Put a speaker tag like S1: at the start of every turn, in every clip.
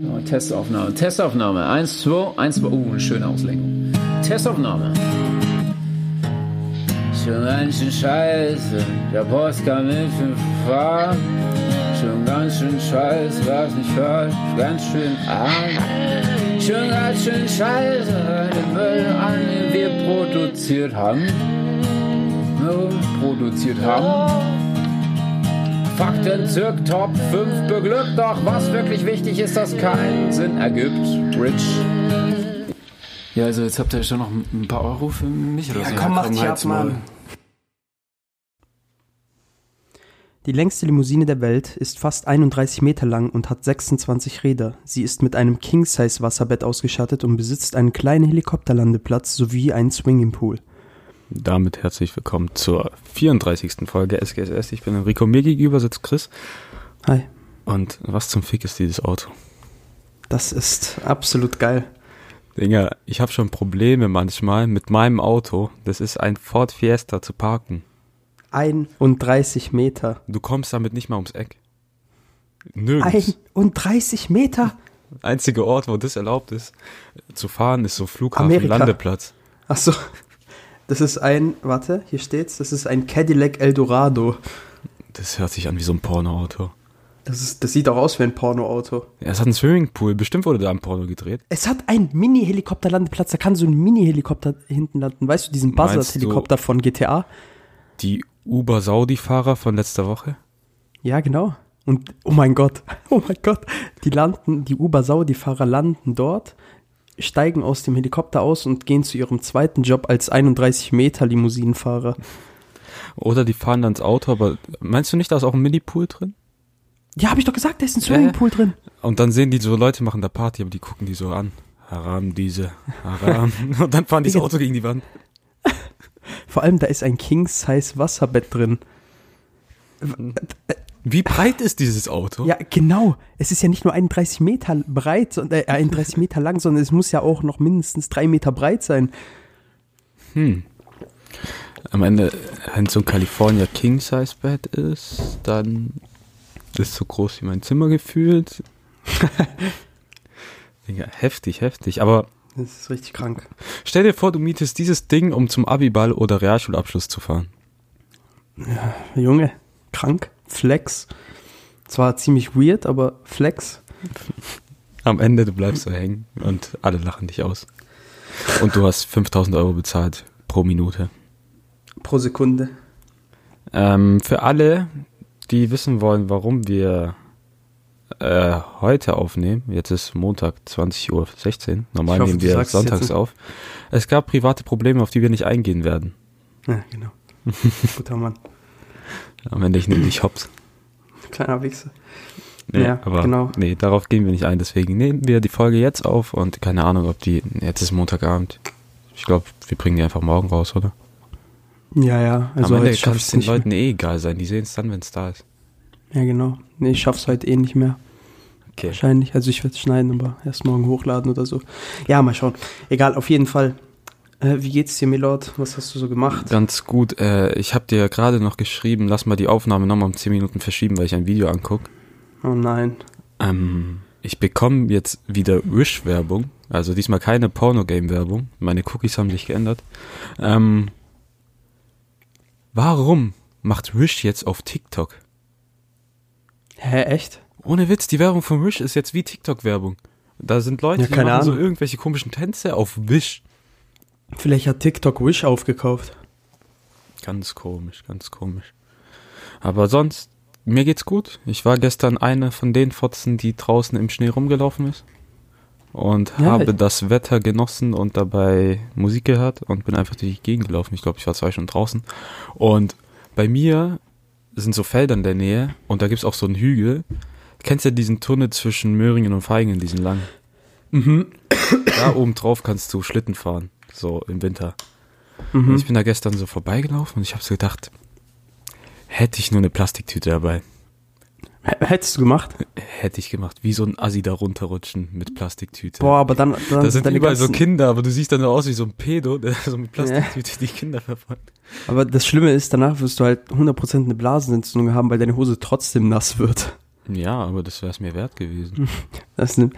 S1: Oh, Testaufnahme, Testaufnahme. Eins, zwei, eins, zwei. Uh, eine schöne Auslenkung. Testaufnahme. Schon ganz schön scheiße, der Boss kann nicht viel fahren. Schon ganz schön scheiße, was nicht hört, ganz schön arm. Schon ganz schön scheiße, den Müll an, den wir produziert haben. Ne, produziert haben. Fakten zirk Top 5 beglückt, doch was wirklich wichtig ist, das keinen Sinn ergibt. Rich.
S2: Ja, also jetzt habt ihr schon noch ein paar Euro für mich oder
S3: Ja,
S2: so.
S3: komm, mach dich
S2: halt's
S3: ab, Mann.
S2: Maul.
S3: Die längste Limousine der Welt ist fast 31 Meter lang und hat 26 Räder. Sie ist mit einem King-Size-Wasserbett ausgestattet und besitzt einen kleinen Helikopterlandeplatz sowie einen Swinging-Pool.
S4: Damit herzlich willkommen zur 34. Folge SGSS. Ich bin Enrico, mir gegenüber sitzt Chris.
S3: Hi,
S4: Und was zum Fick ist dieses Auto?
S3: das ist absolut geil.
S4: Dinger, ich habe schon Probleme manchmal mit meinem Auto. Das ist ein Ford Fiesta zu parken.
S3: 31 Meter.
S4: Du kommst damit nicht mal ums Eck. Nirgends.
S3: 31 Meter?
S4: Einziger Ort, wo das erlaubt ist, zu fahren, ist so Flughafen,
S3: Amerika.
S4: Landeplatz.
S3: Achso, das ist ein, warte, hier steht's, das ist ein Cadillac Eldorado.
S4: Das hört sich an wie so ein Pornoauto.
S3: Das, ist, das sieht auch aus wie ein Pornoauto.
S4: Ja, es hat einen Swimmingpool. Bestimmt wurde da ein Porno gedreht.
S3: Es hat einen Mini-Helikopterlandeplatz, da kann so ein Mini-Helikopter hinten landen. Weißt du, diesen
S4: Meinst du-
S3: Buzzard-Helikopter von GTA?
S4: Die Uber-Saudi-Fahrer von letzter Woche?
S3: Ja, genau. Und oh mein Gott, oh mein Gott, die landen, die Uber-Saudi-Fahrer landen dort, steigen aus dem Helikopter aus und gehen zu ihrem zweiten Job als 31-Meter-Limousinenfahrer.
S4: Oder die fahren dann ins Auto, aber meinst du nicht, da ist auch ein Mini-Pool drin?
S3: Ja, habe ich doch gesagt, da ist ein Swimmingpool drin.
S4: Und dann sehen die so, Leute machen da Party, aber die gucken die so an. Haram, diese, haram. Und dann fahren die das
S3: Digga.
S4: Auto gegen die Wand.
S3: Vor allem, da ist ein King-Size-Wasserbett drin.
S4: Wie breit ist dieses Auto?
S3: Ja, genau. Es ist ja nicht nur 31 Meter breit, und, äh, 31 Meter lang, sondern es muss ja auch noch mindestens drei Meter breit sein.
S4: Am Ende, wenn so ein California King-Size-Bett ist, dann ist so groß wie mein Zimmer gefühlt. Digga, heftig, heftig. Aber
S3: Das ist richtig krank.
S4: stell dir vor, du mietest dieses Ding, um zum Abiball oder Realschulabschluss zu fahren.
S3: Junge, krank, Flex. Zwar ziemlich weird, aber Flex.
S4: Am Ende, du bleibst so hängen und alle lachen dich aus. Und du hast 5000 Euro bezahlt pro Minute.
S3: Pro Sekunde.
S4: Ähm, für alle, die wissen wollen, warum wir äh, heute aufnehmen, jetzt ist Montag 20.16 Uhr, normal
S3: Ich hoffe,
S4: nehmen
S3: du
S4: wir
S3: sagst es jetzt
S4: sonntags
S3: nicht.
S4: auf. Es gab private Probleme, auf die wir nicht eingehen werden.
S3: Ja, genau. Guter Mann.
S4: Am Ende, ich nehme dich hops.
S3: Kleiner Wichser.
S4: Nee,
S3: Ja,
S4: aber
S3: genau.
S4: nee, darauf gehen wir nicht ein, deswegen nehmen wir die Folge jetzt auf und keine Ahnung, ob die, jetzt ist Montagabend. Ich glaube, wir bringen die einfach morgen raus, oder?
S3: Ja, ja. Also
S4: Am Ende
S3: heute
S4: kann
S3: schaff's
S4: es den
S3: nicht
S4: Leuten eh egal sein. Die sehen es dann, wenn es da ist.
S3: Mehr. Ja, genau. Nee, ich schaff's heute eh nicht mehr.
S4: Okay.
S3: Wahrscheinlich. Also ich werde schneiden, aber erst morgen hochladen oder so. Ja, mal schauen. Egal, auf jeden Fall. Äh, wie geht's dir, Milord? Was hast du so gemacht?
S4: Ganz gut. Äh, ich habe dir gerade noch geschrieben, lass mal die Aufnahme nochmal um 10 Minuten verschieben, weil ich ein Video angucke.
S3: Oh nein.
S4: Ähm, ich bekomme jetzt wieder Wish-Werbung. Also diesmal keine Porno-Game-Werbung. Meine Cookies haben sich geändert. Ähm, warum macht Wish jetzt auf TikTok?
S3: Hä, echt?
S4: Ohne Witz, die Werbung von Wish ist jetzt wie TikTok-Werbung. Da sind Leute,
S3: Ja,
S4: die
S3: keine
S4: machen so
S3: Ahnung.
S4: irgendwelche komischen Tänze auf Wish.
S3: Vielleicht hat TikTok Wish aufgekauft.
S4: Ganz komisch, ganz komisch. Aber sonst, mir geht's gut. Ich war gestern einer von den Fotzen, die draußen im Schnee rumgelaufen ist. Und
S3: Ja,
S4: habe
S3: ich-
S4: das Wetter genossen und dabei Musik gehört und bin einfach durch die Gegend gelaufen. Ich glaube, ich war zwei Stunden draußen. Und bei mir sind so Felder in der Nähe und da gibt's auch so einen Hügel. Kennst ja diesen Tunnel zwischen Möhringen und Feigen, diesen langen?
S3: Mhm.
S4: Da oben drauf kannst du Schlitten fahren, so im Winter.
S3: Mhm.
S4: Und Ich bin da gestern so vorbeigelaufen und ich habe so gedacht, hätte ich nur eine Plastiktüte dabei,
S3: H hättest du gemacht?
S4: hätte ich gemacht, wie so ein Assi da runterrutschen mit Plastiktüte.
S3: Boah, aber dann, dann
S4: da sind
S3: deine
S4: überall so
S3: ganzen-
S4: Kinder, aber du siehst dann so aus wie so ein Pedo, der so mit Plastiktüte die Kinder verfolgt.
S3: Aber das Schlimme ist, danach wirst du halt 100% eine Blasenentzündung haben, weil deine Hose trotzdem nass wird.
S4: Ja, aber das wäre es mir wert gewesen.
S3: Das nimmt,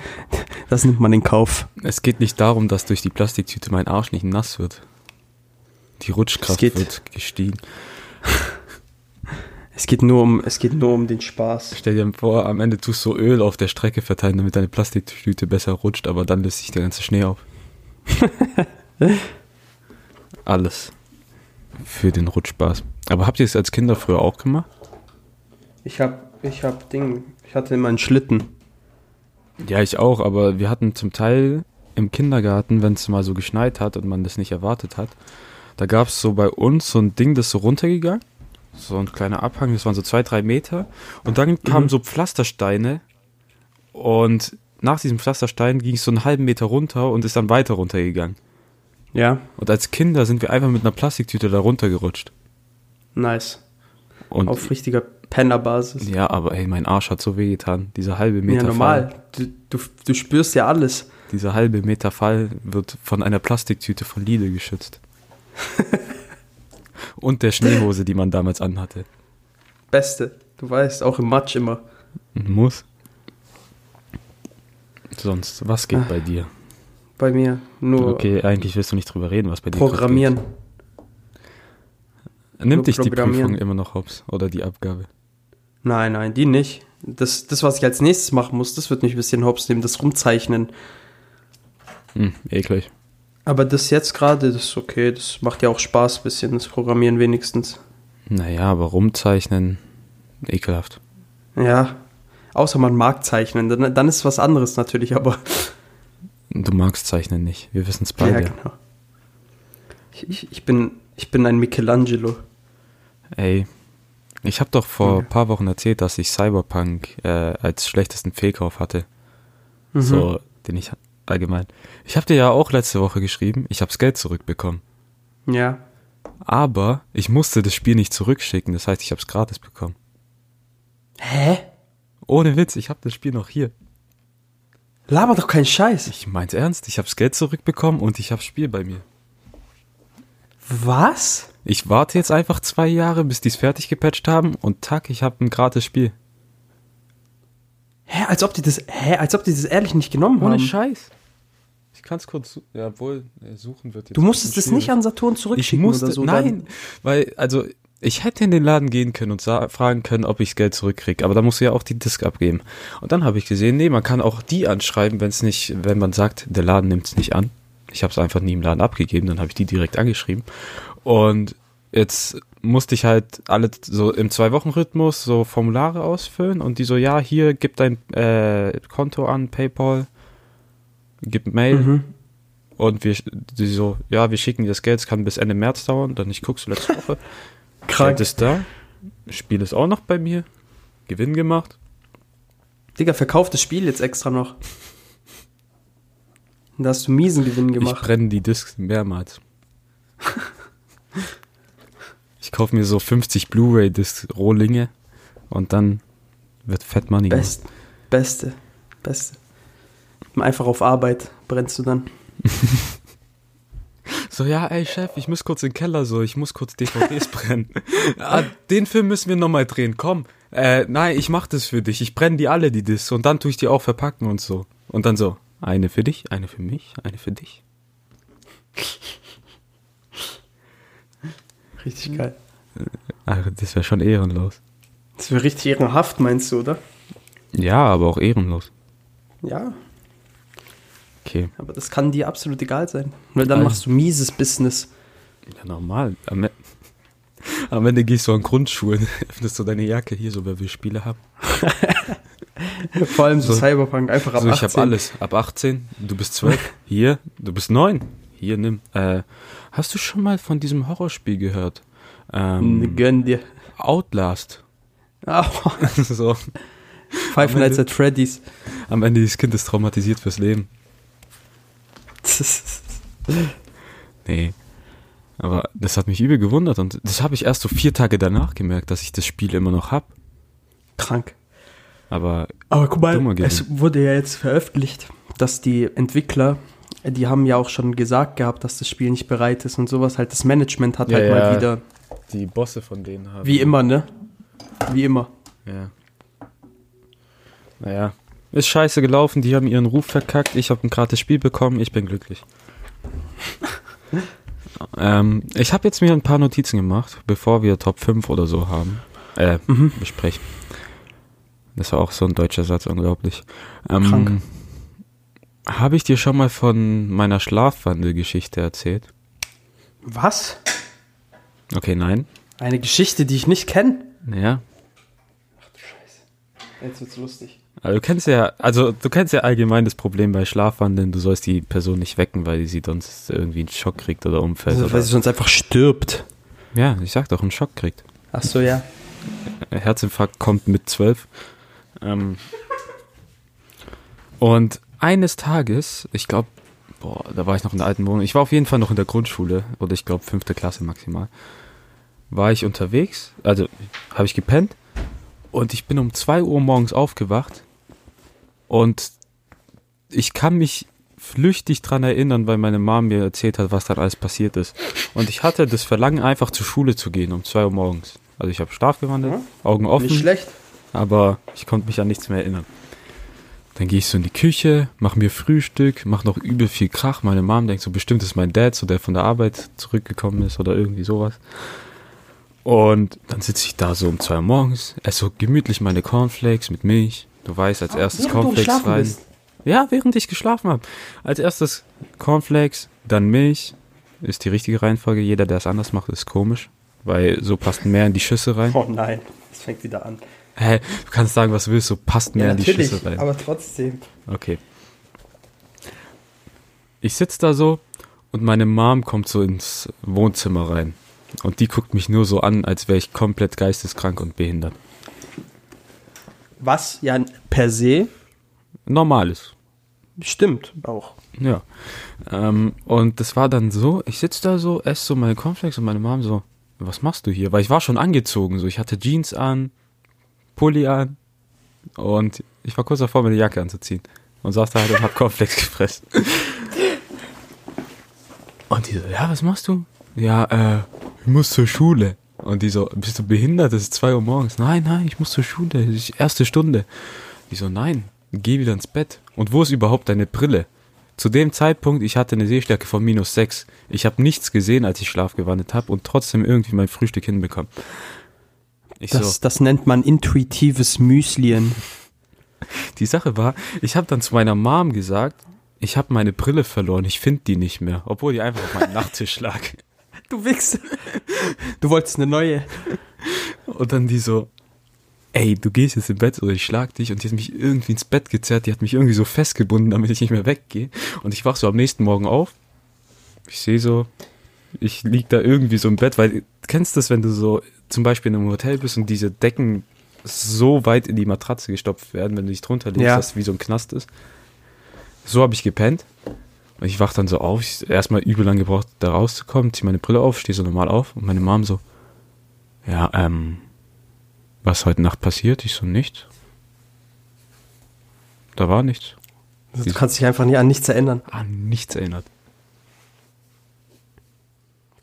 S3: das nimmt man in Kauf.
S4: Es geht nicht darum, dass durch die Plastiktüte mein Arsch nicht nass wird. Die Rutschkraft
S3: geht-
S4: wird gestiegen.
S3: Es geht nur um, es geht nur um den Spaß.
S4: Stell dir vor, am Ende tust du Öl auf der Strecke verteilen, damit deine Plastiktüte besser rutscht, aber dann löst sich der ganze Schnee auf. Alles für den Rutschspaß. Aber habt ihr es als Kinder früher auch gemacht?
S3: Ich hab, ich hab Ding, ich hatte immer einen Schlitten.
S4: Ja, ich auch, aber wir hatten zum Teil im Kindergarten, wenn es mal so geschneit hat und man das nicht erwartet hat, da gab es so bei uns so ein Ding, das so runtergegangen, so ein kleiner Abhang, das waren so zwei, drei Meter und
S3: Mhm.
S4: dann kamen so Pflastersteine und nach diesem Pflasterstein ging es so einen halben Meter runter und ist dann weiter runtergegangen.
S3: Ja,
S4: Und als Kinder sind wir einfach mit einer Plastiktüte da runtergerutscht.
S3: nice.
S4: Und
S3: Auf richtiger Pennerbasis.
S4: ja, aber ey, mein Arsch hat so wehgetan. Dieser halbe Meter
S3: Ja, normal. Du, du, du spürst ja alles.
S4: Fall, dieser halbe Meter Fall wird von einer Plastiktüte von Lidl geschützt. Und der Schneehose, die man damals anhatte.
S3: Beste. Du weißt, auch im Matsch immer.
S4: Muss. Sonst, was
S3: Ah.
S4: geht bei dir?
S3: Bei mir. Nur
S4: Okay, eigentlich willst du nicht drüber reden, was bei dir gerade
S3: programmieren.
S4: Geht. Nimmt
S3: Nur
S4: dich die
S3: programmieren.
S4: Prüfung immer noch hops oder die Abgabe?
S3: Nein, nein, die nicht. Das, das, was ich als nächstes machen muss, das wird mich ein bisschen hops nehmen, das Rumzeichnen.
S4: Hm, eklig.
S3: Aber das jetzt gerade, das ist okay. Das macht ja auch Spaß ein bisschen, das Programmieren wenigstens.
S4: Naja, aber rumzeichnen, ekelhaft.
S3: Ja. Außer man mag zeichnen, dann, dann ist was anderes natürlich, aber.
S4: Du magst Zeichnen nicht. Wir wissen es
S3: Ja,
S4: beide.
S3: genau. Ich, ich, ich, bin, ich bin ein Michelangelo.
S4: Ey, ich habe doch vor ein paar Wochen erzählt, dass ich Cyberpunk äh, als schlechtesten Fehlkauf hatte. So, den ich allgemein. Ich habe dir ja auch letzte Woche geschrieben, ich habe das Geld zurückbekommen.
S3: Ja.
S4: Aber ich musste das Spiel nicht zurückschicken, das heißt, ich habe es gratis bekommen.
S3: Hä?
S4: Ohne Witz, ich habe das Spiel noch hier.
S3: Laber doch keinen Scheiß.
S4: Ich mein's ernst, ich habe das Geld zurückbekommen und ich habe Spiel bei mir.
S3: Was?
S4: Ich warte jetzt einfach zwei Jahre, bis die's fertig gepatcht haben und tack, ich habe ein gratis Spiel.
S3: Hä, als ob die das, hä, als ob die das ehrlich nicht genommen haben.
S4: Scheiß. Ich kann es kurz, su- ja, obwohl, äh, suchen wird jetzt.
S3: Du musstest es nicht an Saturn
S4: Ich
S3: zurückschicken
S4: musste,
S3: oder so.
S4: nein, weil, also, ich hätte in den Laden gehen können und sa- fragen können, ob ich Geld zurückkriege, aber da musst du ja auch die Disk abgeben. Und dann habe ich gesehen, nee, man kann auch die anschreiben, wenn es nicht, wenn man sagt, der Laden nimmt es nicht an. Ich habe es einfach nie im Laden abgegeben, dann habe ich die direkt angeschrieben. Und jetzt musste ich halt alle so im Zwei-Wochen-Rhythmus so Formulare ausfüllen und die so, ja, hier, gib dein äh, Konto an, Paypal, gib Mail.
S3: Mhm.
S4: Und wir, die so, ja, wir schicken dir das Geld, es kann bis Ende März dauern. Dann ich guck's letzte Woche.
S3: Krank.
S4: Geld ist da. Spiel ist auch noch bei mir. Gewinn gemacht.
S3: Digga, verkauf das Spiel jetzt extra noch. Und Da hast du miesen Gewinn
S4: Ich
S3: gemacht.
S4: brenne die Discs mehrmals. ich kaufe mir so 50 Blu-ray-Discs Rohlinge und dann wird Fat Money gemacht.
S3: Best, beste, beste. Einfach auf Arbeit brennst du dann.
S4: So, ja, ey, Chef, ich muss kurz in den Keller, so, ich muss kurz DVDs brennen. ah, den Film müssen wir nochmal drehen, komm. Äh, nein, ich mach das für dich. Ich brenne die alle, die Discs, und dann tue ich die auch verpacken und so. Und dann so, eine für dich, eine für mich, eine für dich. Mhm.
S3: Richtig geil.
S4: Ach, das wäre schon ehrenlos.
S3: Das wäre richtig ehrenhaft, meinst du, oder?
S4: Ja, aber auch ehrenlos.
S3: Ja,
S4: Okay,
S3: aber das kann dir absolut egal sein. Weil dann
S4: Also-
S3: machst du mieses Business.
S4: ja, normal. Am, E- am Ende gehst du an Grundschulen, öffnest du deine Jacke hier, so, wer will Spiele haben.
S3: Vor allem so, Cyberpunk, einfach ab
S4: So, ich
S3: 18.
S4: habe alles. Ab 18, du bist 12, hier, du bist 9. Hier, nimm. Äh, hast du schon mal von diesem Horrorspiel gehört? Ähm,
S3: Gönn dir.
S4: Outlast.
S3: Au.
S4: so,
S3: Five Nights at Freddy's.
S4: am Ende dieses Kind ist traumatisiert fürs Leben. Nee. Aber das hat mich übel gewundert und das habe ich erst so vier Tage danach gemerkt, dass ich das Spiel immer noch hab.
S3: Krank.
S4: Aber
S3: Aber guck
S4: Dummer
S3: mal,
S4: Gewinn.
S3: es wurde ja jetzt veröffentlicht, dass die Entwickler, die haben ja auch schon gesagt gehabt, dass das Spiel nicht bereit ist und sowas. Halt, das Management hat
S4: Ja,
S3: halt mal
S4: ja.
S3: wieder,
S4: die Bosse von denen haben.
S3: wie immer, ne? Wie immer.
S4: Ja. Naja. Ist scheiße gelaufen, die haben ihren Ruf verkackt, ich habe ein gratis Spiel bekommen, ich bin glücklich. ähm, ich habe jetzt mir ein paar Notizen gemacht, bevor wir Top 5 oder so haben. Äh, besprechen. Das war auch so ein deutscher Satz, unglaublich. Ähm,
S3: Krank.
S4: Habe ich dir schon mal von meiner Schlafwandelgeschichte erzählt?
S3: Was?
S4: Okay, nein.
S3: Eine Geschichte, die ich nicht kenne?
S4: Ja.
S3: Jetzt wird's lustig.
S4: Aber du kennst ja, also du kennst ja allgemein das Problem bei Schlafwandeln, du sollst die Person nicht wecken, weil sie sonst irgendwie einen Schock kriegt oder umfällt.
S3: Also, weil
S4: oder,
S3: sie sonst einfach stirbt.
S4: ja, ich sag doch, einen Schock kriegt.
S3: Ach so, ja.
S4: Ein Herzinfarkt kommt mit zwölf. Ähm, und eines Tages, ich glaube, boah, da war ich noch in der alten Wohnung. Ich war auf jeden Fall noch in der Grundschule oder ich glaube fünfte Klasse maximal. War ich unterwegs, also habe ich gepennt und ich bin um 2 Uhr morgens aufgewacht und ich kann mich flüchtig dran erinnern, weil meine Mom mir erzählt hat, was dann alles passiert ist. Und ich hatte das Verlangen, einfach zur Schule zu gehen um 2 Uhr morgens. Also ich habe schlaf gewandelt, Augen offen
S3: Nicht schlecht.
S4: aber ich konnte mich an nichts mehr erinnern. Dann gehe ich so in die Küche, mache mir Frühstück, mache noch übel viel Krach. Meine Mom denkt so, bestimmt ist mein Dad, so der von der Arbeit zurückgekommen ist oder irgendwie sowas. Und dann sitze ich da so um zwei Uhr morgens, esse so gemütlich meine Cornflakes mit Milch. Du weißt, als erstes
S3: während du
S4: Cornflakes
S3: geschlafen
S4: rein.
S3: bist.
S4: Ja, während ich geschlafen habe. Als erstes Cornflakes, dann Milch. Ist die richtige Reihenfolge. Jeder, der es anders macht, ist komisch. Weil so passt mehr in die Schüsse rein.
S3: Oh nein, das fängt wieder an.
S4: Hä, du kannst sagen, was du willst, so passt mir in die Schüssel rein.
S3: aber trotzdem.
S4: Okay. Ich sitz da so und meine Mom kommt so ins Wohnzimmer rein. Und die guckt mich nur so an, als wäre ich komplett geisteskrank und behindert.
S3: Was ja per se
S4: Normales.
S3: stimmt auch.
S4: Ja. Ähm, und das war dann so, ich sitz da so, esse so meine Cornflakes und meine Mom so, was machst du hier? Weil ich war schon angezogen, so ich hatte Jeans an, Pulli an und ich war kurz davor, meine Jacke anzuziehen. Und saß da halt und hab Cornflakes gefressen. Und die so, ja, was machst du? Ja, äh, ich muss zur Schule. Und die so, bist du behindert? Es ist 2 Uhr morgens. Nein, nein, ich muss zur Schule. Es ist erste Stunde. Die so, nein, geh wieder ins Bett. Und wo ist überhaupt deine Brille? Zu dem Zeitpunkt, ich hatte eine Sehstärke von minus 6. Ich habe nichts gesehen, als ich schlafgewandelt habe und trotzdem irgendwie mein Frühstück hinbekommen. Ich
S3: Das, das nennt man intuitives Müslien.
S4: Die Sache war, ich habe dann zu meiner Mom gesagt, ich habe meine Brille verloren, ich finde die nicht mehr, obwohl die einfach auf meinem Nachttisch lag.
S3: Du Wichser. Du wolltest eine neue.
S4: Und dann die so, ey, du gehst jetzt im Bett oder ich schlag dich. Und die hat mich irgendwie ins Bett gezerrt, die hat mich irgendwie so festgebunden, damit ich nicht mehr weggehe. Und ich wach so am nächsten Morgen auf. Ich sehe so, ich lieg da irgendwie so im Bett, weil du kennst das, wenn du so zum Beispiel in einem Hotel bist und diese Decken so weit in die Matratze gestopft werden, wenn du dich drunter legst,
S3: Ja.
S4: dass es wie so ein Knast ist. So habe ich gepennt. Und ich wach dann so auf, ich erstmal übel lang gebraucht, da rauszukommen, zieh meine Brille auf, stehe so normal auf und meine Mom so, ja, ähm, was heute Nacht passiert? Ich so, nichts. Da war nichts.
S3: Du kannst dich einfach nicht an nichts erinnern.
S4: An Ah, nichts erinnert.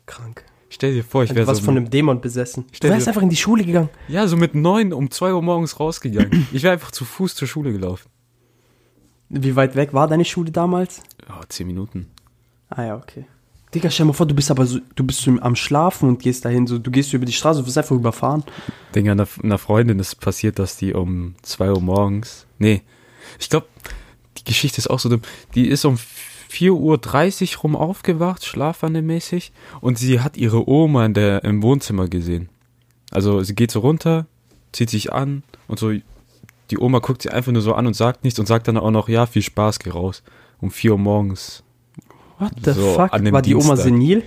S3: Krank.
S4: Stell dir vor, ich
S3: Du warst
S4: wäre
S3: Also von
S4: so,
S3: einem Dämon besessen.
S4: Stell
S3: du wärst
S4: dir-
S3: einfach in die Schule gegangen.
S4: ja, so mit neun um zwei Uhr morgens rausgegangen. Ich wäre einfach zu Fuß zur Schule gelaufen.
S3: Wie weit weg war deine Schule damals?
S4: Oh, zehn Minuten.
S3: Ah ja, okay. Digga, stell mal vor, du bist aber so, du bist so am Schlafen und gehst dahin, so, du gehst so über die Straße, du wirst einfach überfahren.
S4: Digga, einer, einer Freundin ist passiert, dass die um 2 Uhr morgens. Nee. Ich glaube, die Geschichte ist auch so dumm. Die ist um 4.30 Uhr rum aufgewacht, schlafwandelmäßig. Und sie hat ihre Oma in der, im Wohnzimmer gesehen. Also sie geht so runter, zieht sich an und so. Die Oma guckt sie einfach nur so an und sagt nichts und sagt dann auch noch, ja, viel Spaß, geh raus. Um 4 Uhr morgens.
S3: What the
S4: So,
S3: fuck?
S4: an dem
S3: War die Oma
S4: Dienstag.
S3: senil?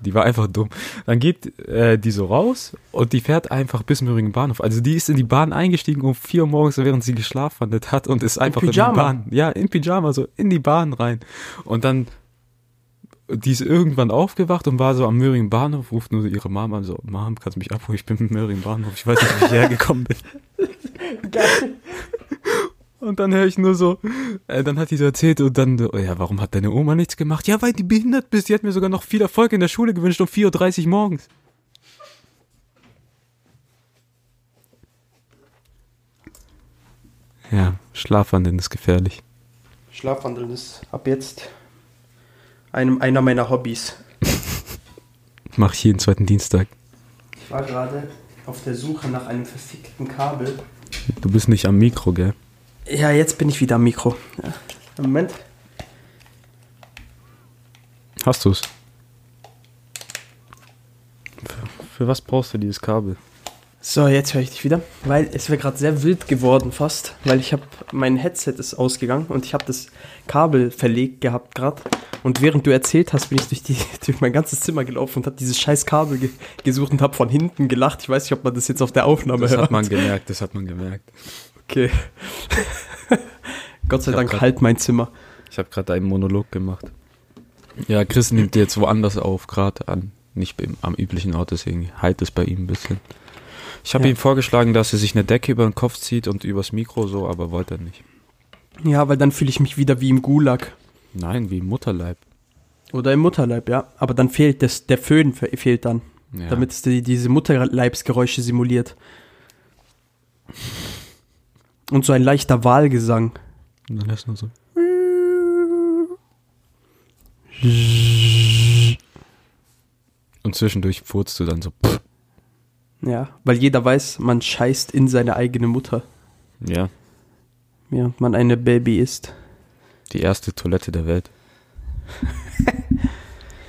S4: Die war einfach dumm. Dann geht äh, die so raus und die fährt einfach bis Möhringen Bahnhof. Also die ist in die Bahn eingestiegen um 4 Uhr morgens, während sie geschlafwandelt hat und ist einfach in, die
S3: Pyjama.
S4: Bahn. Ja, in Pyjama, so in die Bahn rein. Und dann, die ist irgendwann aufgewacht und war so am Möhringen Bahnhof, ruft nur ihre Mom an, so, Mom, kannst du mich abholen? Ich bin im Möhringen Bahnhof, ich weiß nicht, wie ich hergekommen bin. Und dann höre ich nur so, äh, dann hat die so erzählt und dann, so, oh ja, warum hat deine Oma nichts gemacht? Ja, weil die behindert bist, die hat mir sogar noch viel Erfolg in der Schule gewünscht um 4.30 Uhr morgens. Ja, Schlafwandeln ist gefährlich.
S3: Schlafwandeln ist ab jetzt einem, einer meiner Hobbys.
S4: Mache ich jeden zweiten Dienstag.
S3: Ich war gerade auf der Suche nach einem verfickten Kabel.
S4: Du bist nicht am Mikro, gell?
S3: Ja, jetzt bin ich wieder am Mikro. Ja. Moment.
S4: Hast du's? Für, für was brauchst du dieses Kabel?
S3: So, jetzt höre ich dich wieder, weil es wäre gerade sehr wild geworden fast, weil ich habe mein Headset ist ausgegangen und ich habe das Kabel verlegt gehabt gerade und während du erzählt hast, bin ich durch, die, durch mein ganzes Zimmer gelaufen und habe dieses scheiß Kabel ge gesucht und habe von hinten gelacht. Ich weiß nicht, ob man das jetzt auf der Aufnahme
S4: Das
S3: hört.
S4: hat man gemerkt, das hat man gemerkt.
S3: Okay. Gott sei
S4: Ich hab
S3: Dank
S4: grad-
S3: halt mein Zimmer.
S4: Ich habe gerade einen Monolog gemacht. Ja, Chris nimmt jetzt woanders auf, gerade an. Nicht beim, am üblichen Ort, deswegen halt es bei ihm ein bisschen. Ich habe
S3: Ja.
S4: ihm vorgeschlagen, dass er sich eine Decke über den Kopf zieht und übers Mikro so, aber wollte er nicht.
S3: Ja, weil dann fühle ich mich wieder wie im Gulag
S4: Nein, wie im Mutterleib.
S3: oder im Mutterleib, ja. Aber dann fehlt das, der Föhn fe- fehlt dann,
S4: Ja.
S3: damit es die, diese Mutterleibsgeräusche simuliert. Und so ein leichter Wahlgesang.
S4: Und Dann ist nur so. Und zwischendurch furzt du dann so. pff.
S3: Ja, weil jeder weiß, man scheißt in seine eigene Mutter,
S4: Ja,
S3: während man eine Baby ist.
S4: die erste Toilette der Welt.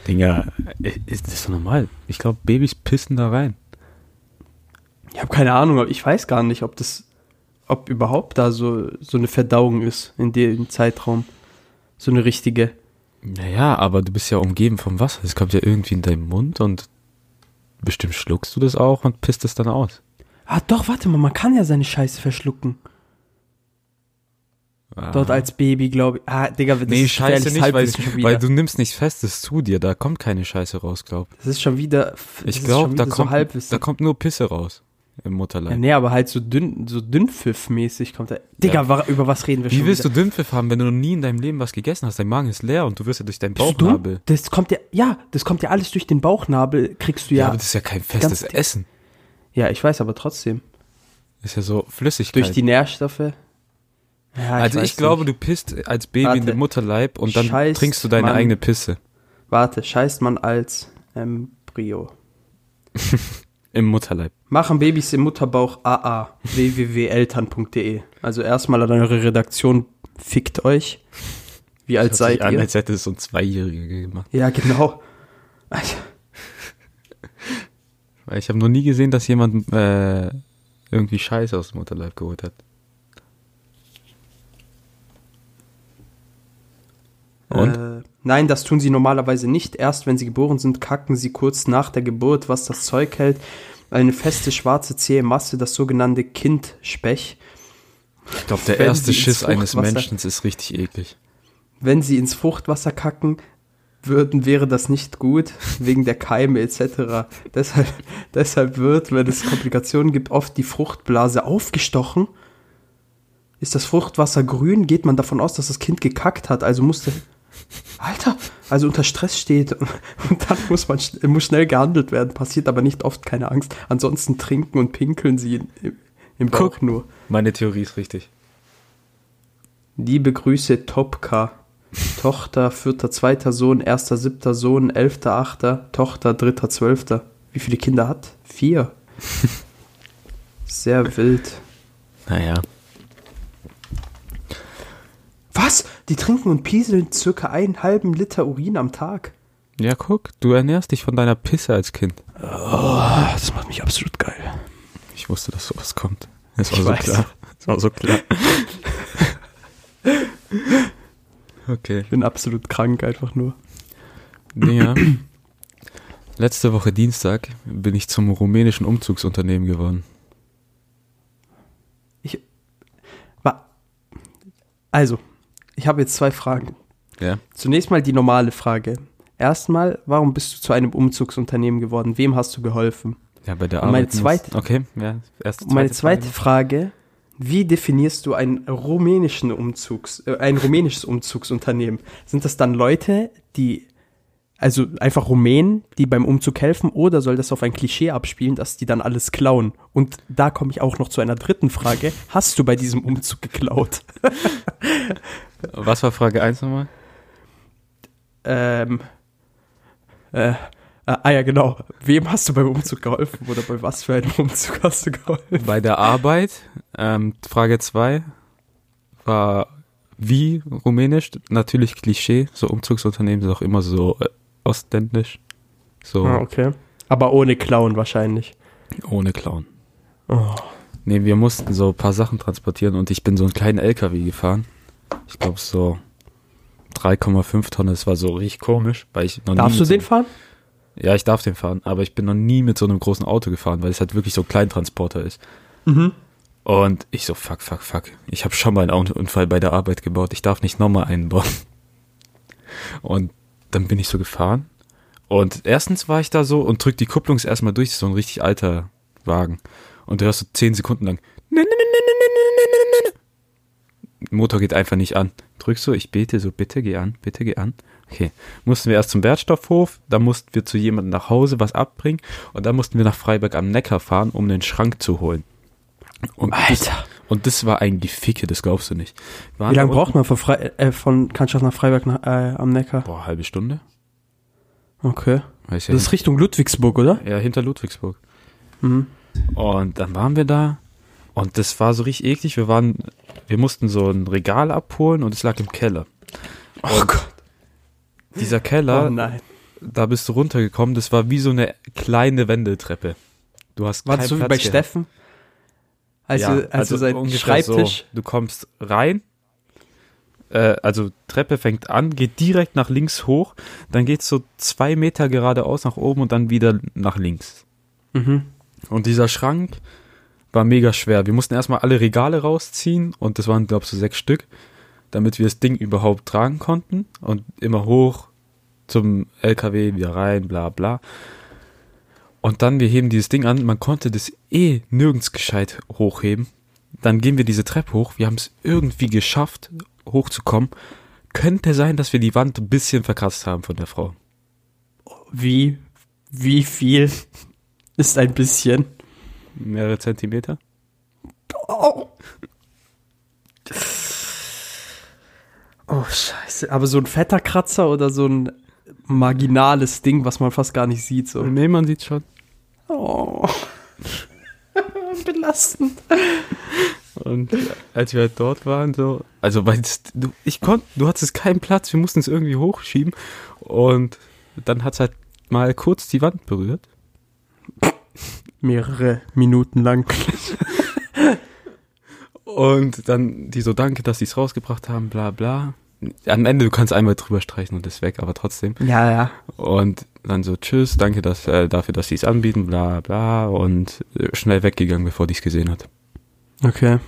S4: Dinger, ist das so normal? Ich glaube, Babys pissen da rein.
S3: Ich habe keine Ahnung, aber ich weiß gar nicht, ob das, ob überhaupt da so, so eine Verdauung ist in dem Zeitraum. So eine richtige.
S4: Naja, aber du bist ja umgeben vom Wasser. Es kommt ja irgendwie in deinen Mund und bestimmt schluckst du das auch und pisst es dann aus.
S3: Ah, doch, warte mal, man kann ja seine Scheiße verschlucken. Dort als Baby, glaube ich. Ah, Digga, das
S4: Ah. nee,
S3: ist
S4: scheiße
S3: gefährliches
S4: nicht, weil,
S3: Halbwissen schon wieder.
S4: weil du nimmst nicht fest, das zu dir. Da kommt keine Scheiße raus, glaub.
S3: das ist schon wieder. das
S4: Ich
S3: ist
S4: glaube,
S3: schon
S4: da,
S3: wieder
S4: kommt-
S3: So Halbwissen.
S4: da kommt nur Pisse raus im
S3: ja,
S4: Mutterleib.
S3: nee, aber halt so dünn, so dünnpfiff-mäßig kommt er. Digga, wa- über was reden wir schon?
S4: Wie willst du
S3: wieder?
S4: Dünnpfiff haben, wenn du noch nie in deinem Leben was gegessen hast? Dein Magen ist leer und du wirst ja durch deinen
S3: Bist du dumm?
S4: Bauchnabel.
S3: Das kommt ja, ja, das kommt ja alles durch den Bauchnabel, kriegst du
S4: Ja,
S3: ja.
S4: aber das ist ja kein festes
S3: Ganz-
S4: Essen.
S3: ja, ich weiß, aber trotzdem.
S4: Ist ja so Flüssigkeit.
S3: Durch die Nährstoffe. Ja,
S4: Halt. also
S3: weiß
S4: ich glaube,
S3: nicht.
S4: du pisst als Baby in
S3: Warte.
S4: den Mutterleib und dann
S3: Scheiß,
S4: trinkst du deine
S3: Mann.
S4: eigene Pisse
S3: Warte, scheißt man als Embryo.
S4: im Mutterleib.
S3: Machen Babys im Mutterbauch AA. www.eltern.de. Also erstmal an eure Redaktion, fickt euch. Wie alt
S4: Hört sich
S3: seid
S4: an,
S3: ihr?
S4: als hätte es so ein Zweijähriger gemacht.
S3: Ja, genau. Alter,
S4: Weil ich habe noch nie gesehen, dass jemand äh, irgendwie Scheiße aus dem Mutterleib geholt hat. Und?
S3: Äh, nein, das tun sie normalerweise nicht. Erst wenn sie geboren sind, kacken sie kurz nach der Geburt, was das Zeug hält. Eine feste schwarze zähe Masse, das sogenannte Kindsspech.
S4: Ich glaube, der
S3: Wenn
S4: erste
S3: sie ins
S4: Schiss eines
S3: Fruchtwasser-
S4: Menschen ist richtig eklig.
S3: Wenn sie ins Fruchtwasser kacken würden, wäre das nicht gut, wegen der Keime etc. deshalb, deshalb wird, wenn es Komplikationen gibt, oft die Fruchtblase aufgestochen. Ist das Fruchtwasser grün, geht man davon aus, dass das Kind gekackt hat, also musste. Alter, also unter Stress steht und dann muss man schn- muss schnell gehandelt werden, passiert aber nicht oft, keine Angst. Ansonsten trinken und pinkeln sie in, im, im
S4: Guck.
S3: Bauch nur.
S4: Meine Theorie ist richtig.
S3: Liebe Grüße, Topka. Tochter, vierter, zweiter Sohn, erster, siebter Sohn, elfter, achter, Tochter, dritter, zwölfter. Wie viele Kinder hat? Vier. Sehr wild.
S4: Naja.
S3: Was? Die trinken und pieseln circa einen halben Liter Urin am Tag.
S4: Ja, guck, du ernährst dich von deiner Pisse als Kind.
S3: Ah, Das macht mich absolut geil.
S4: Ich wusste, dass sowas kommt. Es war
S3: Ich
S4: so
S3: weiß.
S4: klar. Es war so klar. okay.
S3: Ich bin absolut krank einfach nur.
S4: Dinger. Letzte Woche Dienstag bin ich zum rumänischen Umzugsunternehmen geworden.
S3: Ich. Wa- Also, ich habe jetzt zwei Fragen.
S4: Ja.
S3: Zunächst mal die normale Frage. Erstmal, warum bist du zu einem Umzugsunternehmen geworden? Wem hast du geholfen?
S4: Ja, bei der
S3: Und
S4: Arbeit.
S3: meine
S4: muss-
S3: zweite-
S4: Okay, ja. Erste,
S3: Und meine zweite
S4: Frage.
S3: Frage, wie definierst du einen rumänischen Umzugs, äh, ein rumänisches Umzugsunternehmen? Sind das dann Leute, die also einfach Rumänen, die beim Umzug helfen, oder soll das auf ein Klischee abspielen, dass die dann alles klauen? Und da komme ich auch noch zu einer dritten Frage. Hast du bei diesem Umzug geklaut?
S4: Was war Frage 1 nochmal?
S3: ähm, äh, äh, ah ja, genau. Wem hast du beim Umzug geholfen oder bei was für einem Umzug hast du geholfen?
S4: Bei der Arbeit. Ähm, Frage 2 war wie rumänisch? Natürlich Klischee. So Umzugsunternehmen sind auch immer so äh, ostländisch. So
S3: Ah, okay. Aber ohne Klauen wahrscheinlich.
S4: ohne Clown.
S3: Oh.
S4: Nee, wir mussten so ein paar Sachen transportieren und ich bin so einen kleinen LKW gefahren. Ich glaube so 3,5 Tonnen. Es war so richtig komisch, weil ich noch nie
S3: Darfst du
S4: mit
S3: den
S4: so,
S3: fahren?
S4: Ja, ich darf den fahren, aber ich bin noch nie mit so einem großen Auto gefahren, weil es halt wirklich so ein Kleintransporter ist.
S3: Mhm.
S4: Und ich so, fuck, fuck, fuck. Ich habe schon mal einen Autounfall bei der Arbeit gebaut. Ich darf nicht nochmal einen bauen. Und dann bin ich so gefahren. Und erstens war ich da so und drück die Kupplung erstmal durch. Das ist so ein richtig alter Wagen. Und du hörst so zehn Sekunden lang. "Ne, ne, ne, ne, ne, ne, ne, ne, ne." Motor geht einfach nicht an. Drückst so, ich bete so, bitte geh an, bitte geh an. Okay. Mussten wir erst zum Wertstoffhof, dann mussten wir zu jemandem nach Hause was abbringen und dann mussten wir nach Freiberg am Neckar fahren, um den Schrank zu holen. Und Das,
S3: Alter.
S4: und das war eigentlich Ficke, das glaubst du nicht. Wir waren
S3: Wie lange
S4: da unten-
S3: braucht man von, Fre äh, von Cannstatt nach Freiberg nach, äh, am Neckar?
S4: Boah, halbe Stunde?
S3: Okay.
S4: Weiß ja
S3: Das ist Richtung Ludwigsburg, oder?
S4: Ja, hinter Ludwigsburg.
S3: Mhm.
S4: Und dann waren wir da und das war so richtig eklig. Wir waren, wir mussten so ein Regal abholen und es lag im Keller.
S3: Oh Gott.
S4: Dieser Keller,
S3: oh nein.
S4: da bist du runtergekommen, das war wie so eine kleine Wendeltreppe. Du hast
S3: Warst
S4: keinen
S3: du so wie
S4: Platz
S3: bei
S4: gehabt.
S3: Steffen? Also,
S4: Ja,
S3: also, sein
S4: ungefähr
S3: Schreibtisch.
S4: So. Du kommst rein, äh, also Treppe fängt an, geht direkt nach links hoch, dann geht's so zwei Meter geradeaus nach oben und dann wieder nach links.
S3: Mhm.
S4: Und dieser Schrank war mega schwer. Wir mussten erstmal alle Regale rausziehen und das waren, glaube ich, so sechs Stück, damit wir das Ding überhaupt tragen konnten und immer hoch zum LKW wieder rein, bla bla. Und dann, wir heben dieses Ding an, man konnte das eh nirgends gescheit hochheben. Dann gehen wir diese Treppe hoch, wir haben es irgendwie geschafft, hochzukommen. Könnte sein, dass wir die Wand ein bisschen verkratzt haben von der Frau.
S3: Wie, wie viel ist ein bisschen?
S4: Mehrere Zentimeter.
S3: Oh, scheiße. Aber so ein fetter Kratzer oder so ein marginales Ding, was man fast gar nicht sieht. So.
S4: Nee, man sieht schon.
S3: Oh. Belastend.
S4: Und als wir halt dort waren, so, also weil es- du, ich konnte, du hattest keinen Platz, wir mussten es irgendwie hochschieben und dann hat es halt mal kurz die Wand berührt.
S3: Mehrere Minuten lang.
S4: Und dann die so, danke, dass die es rausgebracht haben, bla bla. Am Ende, du kannst einmal drüber streichen und ist weg, aber trotzdem.
S3: Ja, ja.
S4: Und dann so, tschüss, danke dass, äh, dafür, dass die es anbieten, bla bla. Und äh, schnell weggegangen, bevor die es gesehen hat.
S3: Okay.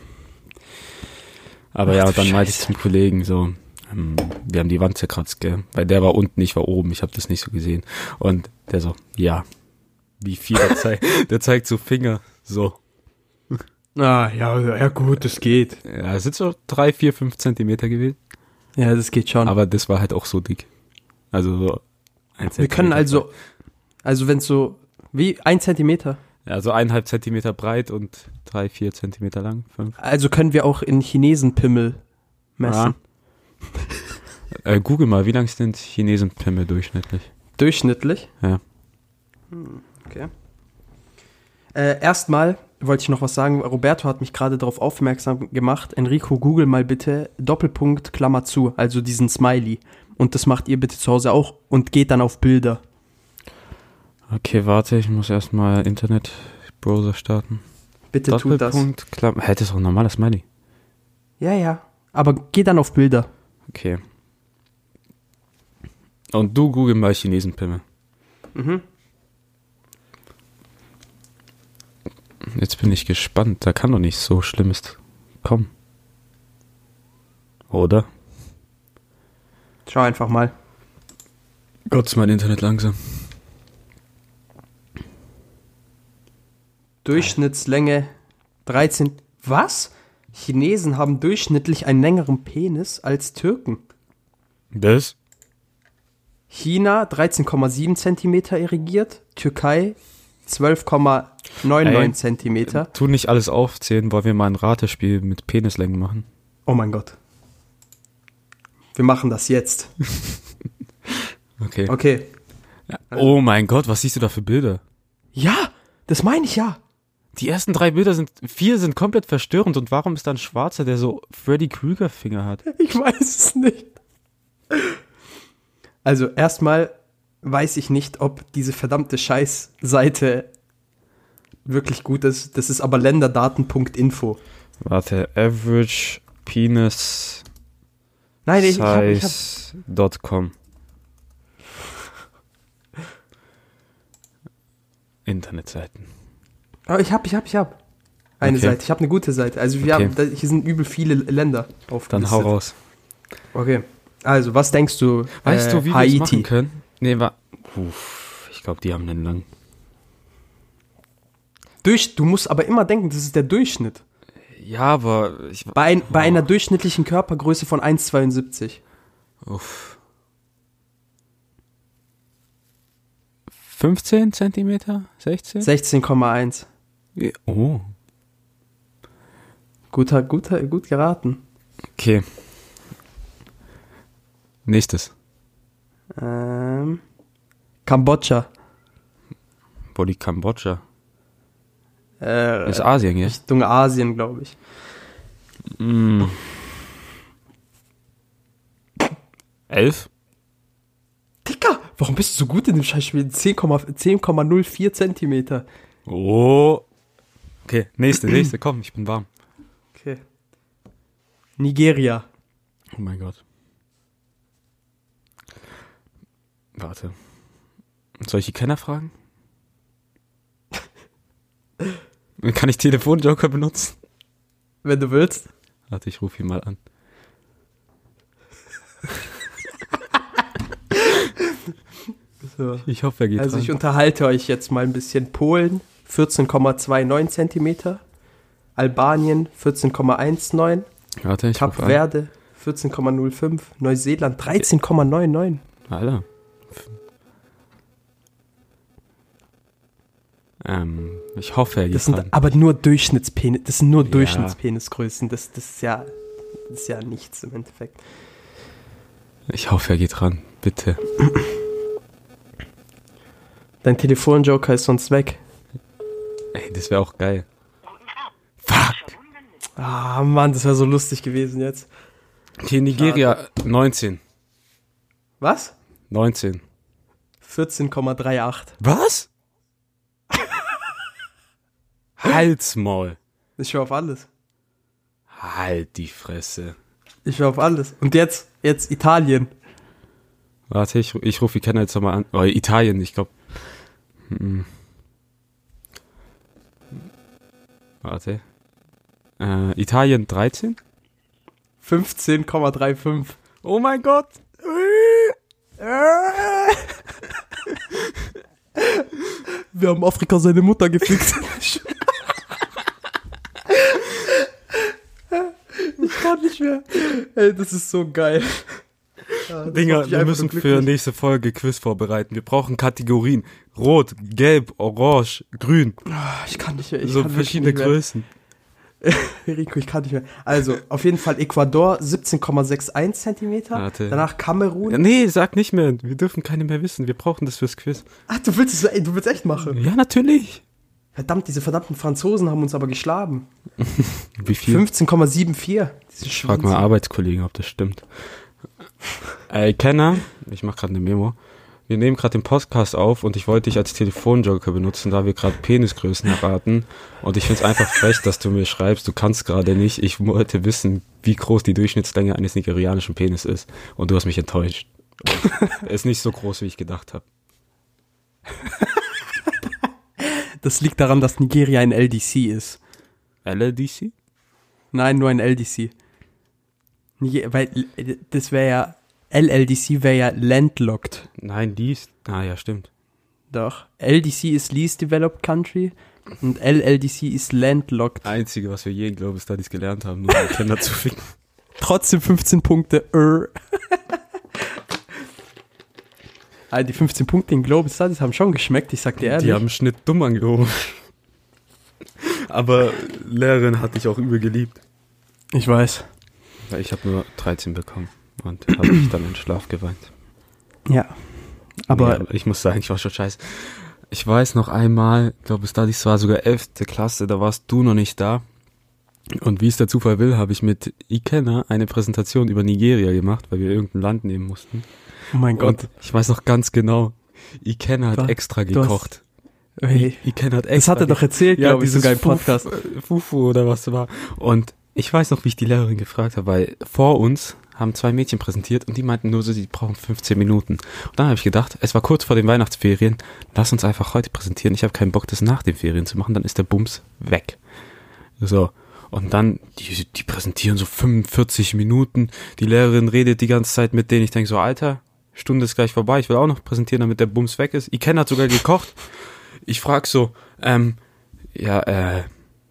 S4: Aber
S3: Ach
S4: ja,
S3: du
S4: dann meinte ich
S3: Scheiße.
S4: zum Kollegen so, ähm, wir haben die Wand zerkratzt, gell? Weil der war unten, ich war oben, ich habe das nicht so gesehen. Und der so, ja. Wie viel der zeigt, der zeigt so Finger, so.
S3: Ah, ja, ja, gut, das geht.
S4: Ja, es sind so drei, vier, fünf Zentimeter gewesen.
S3: Ja, das geht schon.
S4: Aber das war halt auch so dick. Also so. ein
S3: wir können
S4: Zentimeter breit.
S3: also, also wenn so, wie ein Zentimeter.
S4: Ja, so eineinhalb Zentimeter breit und drei, vier Zentimeter lang, fünf.
S3: Also können wir auch in Chinesenpimmel messen.
S4: Äh, Google mal, wie lang ist denn Chinesenpimmel durchschnittlich?
S3: Durchschnittlich.
S4: Ja.
S3: Okay. Äh, erstmal wollte ich noch was sagen. Roberto hat mich gerade darauf aufmerksam gemacht. Enrico, google mal bitte Doppelpunkt Klammer zu, also diesen Smiley. Und das macht ihr bitte zu Hause auch und geht dann auf Bilder.
S4: Okay, warte, ich muss erstmal Internetbrowser starten.
S3: Bitte tut das.
S4: Doppelpunkt, Klammer. Hä, das ist doch ein normales Smiley.
S3: Ja, ja. Aber geht dann auf Bilder.
S4: Okay. Und du google mal Chinesenpimmel.
S3: Mhm.
S4: Jetzt bin ich gespannt. Da kann doch nichts so Schlimmes kommen. Oder?
S3: Schau einfach mal.
S4: Gott, ist mein Internet langsam.
S3: Durchschnittslänge 13. Was? Chinesen haben durchschnittlich einen längeren Penis als Türken.
S4: Das?
S3: China 13,7 Zentimeter irrigiert, Türkei 12,99
S4: Ey.
S3: Zentimeter.
S4: Tu nicht alles aufzählen, wollen wir mal ein Ratespiel mit Penislängen machen.
S3: Oh mein Gott. Wir machen das jetzt.
S4: Okay.
S3: Okay.
S4: Oh mein Gott, was siehst du da für Bilder?
S3: Ja, das meine ich ja.
S4: Die ersten drei Bilder sind, vier sind komplett verstörend und warum ist da ein Schwarzer, der so Freddy Krüger Finger hat?
S3: Ich weiß es nicht. Also erstmal weiß ich nicht, ob diese verdammte Scheißseite wirklich gut ist. Das ist aber länderdaten.info.
S4: Warte, average penis
S3: Nein, ich, ich habe ich hab,
S4: size.com. Internetseiten.
S3: aber oh, ich habe, ich habe, ich habe eine
S4: Okay.
S3: Seite. Ich habe eine gute Seite. Also wir
S4: Okay.
S3: haben, da, hier sind übel viele Länder
S4: Dann
S3: aufgelistet.
S4: hau raus.
S3: Okay. Also, was denkst du?
S4: Weißt
S3: äh,
S4: du, wie wir
S3: Haiti?
S4: es machen können? Nee, war. Uff, ich glaube, die haben einen langen.
S3: Durch, du musst aber immer denken, das ist der Durchschnitt.
S4: Ja, aber ich.
S3: Bei, ein, bei einer durchschnittlichen Körpergröße von 1,72.
S4: Uff. 15 Zentimeter? 16?
S3: 16,1.
S4: Ja, oh.
S3: Guter, guter, gut geraten.
S4: Okay. Nächstes.
S3: Ähm, Kambodscha.
S4: Boah, die Kambodscha.
S3: Äh,
S4: Ist Asien, ja?
S3: Richtung Asien, glaube ich.
S4: Mm. Elf?
S3: Dicker, warum bist du so gut in dem Scheißspiel? 10,04 10,04 Zentimeter.
S4: Oh. Okay, nächste, nächste, komm, ich bin warm.
S3: Okay. Nigeria.
S4: Oh mein Gott. Warte. Soll ich die Kenner fragen? Kann ich Telefonjoker benutzen?
S3: Wenn du willst.
S4: Warte, ich rufe ihn mal an.
S3: So.
S4: Ich hoffe, er geht
S3: Also
S4: ran.
S3: ich unterhalte euch jetzt mal ein bisschen. Polen 14,29 Zentimeter. Albanien 14,19.
S4: Warte, ich
S3: Kap
S4: rufe an.
S3: Verde 14,05. Neuseeland 13,99.
S4: Alter. F- Ähm, ich hoffe, er geht
S3: Das sind
S4: ran.
S3: aber nur Durchschnittspenis, das sind nur Durchschnittspenisgrößen. Das, das ist ja, das ist ja nichts im Endeffekt.
S4: Ich hoffe, er geht ran. Bitte.
S3: Dein Telefonjoker ist sonst weg.
S4: Ey, das wäre auch geil.
S3: Ah Mann, das wäre so lustig gewesen jetzt.
S4: Okay, Nigeria, 19.
S3: Was?
S4: 19.
S3: 14,38.
S4: Was? Halsmaul.
S3: Ich höre auf alles.
S4: Halt die Fresse.
S3: Ich höre auf alles. Und jetzt, jetzt Italien.
S4: Warte, ich, ru- ich rufe die Kenner jetzt nochmal an. Oh, Italien, ich Hm. glaube. Warte. Äh, Italien 13?
S3: 15,35.
S4: Oh mein Gott.
S3: Wir haben Afrika seine Mutter gefickt. ich kann nicht mehr. Ey, das ist so geil.
S4: Dinger, wir müssen für nächste Folge Quiz vorbereiten. Wir brauchen Kategorien. Rot, Gelb, Orange, Grün.
S3: Ah, Ich kann nicht mehr. Ich
S4: so
S3: kann wirklich
S4: verschiedene
S3: nicht mehr.
S4: Größen.
S3: Rico, ich kann nicht mehr. Also, auf jeden Fall Ecuador 17,61 Zentimeter.
S4: Warte.
S3: Danach Kamerun.
S4: Ja, Nee, sag nicht mehr. Wir dürfen keine mehr wissen. Wir brauchen das fürs Quiz.
S3: Ach, du willst es, ey, du willst echt machen.
S4: Ja, natürlich.
S3: Verdammt, diese verdammten Franzosen haben uns aber geschlagen.
S4: Wie viel?
S3: 15,74. Diese
S4: Frag mal
S3: Schwänze.
S4: Arbeitskollegen, ob das stimmt. Ey, Kenner, ich mache gerade eine Memo. Wir nehmen gerade den Podcast auf und ich wollte dich als Telefonjoker benutzen, da wir gerade Penisgrößen erraten. Und ich find's einfach frech, dass du mir schreibst, du kannst gerade nicht. Ich wollte wissen, wie groß die Durchschnittslänge eines nigerianischen Penis ist. Und du hast mich enttäuscht. Und er ist nicht so groß, wie ich gedacht habe.
S3: Das liegt daran, dass Nigeria ein LDC ist.
S4: LLDC?
S3: Nein, nur ein LDC. Nie- Weil äh, das wäre ja. LLDC wäre ja landlocked.
S4: Nein, dies. Ah ja, stimmt.
S3: Doch. LDC ist Least Developed Country und LLDC ist landlocked.
S4: Einzige, was wir je in Global Studies gelernt haben, nur um Kinder zu ficken.
S3: Trotzdem 15 Punkte. Err. Ah, die 15 Punkte in Global Studies haben schon geschmeckt, ich sag dir ehrlich.
S4: Die haben Schnitt dumm angehoben. Aber Lehrerin hatte ich auch übel geliebt.
S3: ich weiß.
S4: Ich habe nur 13 bekommen und habe mich dann in Schlaf geweint.
S3: Ja.
S4: Nee,
S3: Aber
S4: ich muss sagen, ich war schon scheiße. Ich weiß noch einmal, ich glaube, Studies war sogar 11. Klasse, da warst du noch nicht da. Und wie es der Zufall will, habe ich mit Ikenna eine Präsentation über Nigeria gemacht, weil wir irgendein Land nehmen mussten.
S3: oh mein Gott.
S4: Und ich weiß noch ganz genau, Ikenna
S3: Du
S4: hat
S3: hast-
S4: extra
S3: du hast-
S4: gekocht.
S3: Hey,
S4: Ikenna hat extra
S3: das hat er doch erzählt, glaube ich,
S4: dieses
S3: sogar im Podcast.
S4: Fuf- äh, Fufu oder was war. Und ich weiß noch, wie ich die Lehrerin gefragt habe, weil vor uns haben zwei Mädchen präsentiert und die meinten nur so, die brauchen 15 Minuten. Und dann habe ich gedacht, es war kurz vor den Weihnachtsferien, lass uns einfach heute präsentieren. Ich habe keinen Bock, das nach den Ferien zu machen, dann ist der Bums weg. So. Und dann, die, die präsentieren so 45 Minuten. Die Lehrerin redet die ganze Zeit mit denen. Ich denke so, Alter, Stunde ist gleich vorbei. Ich will auch noch präsentieren, damit der Bums weg ist. Iken hat sogar gekocht. Ich frage so, ähm, ja, äh,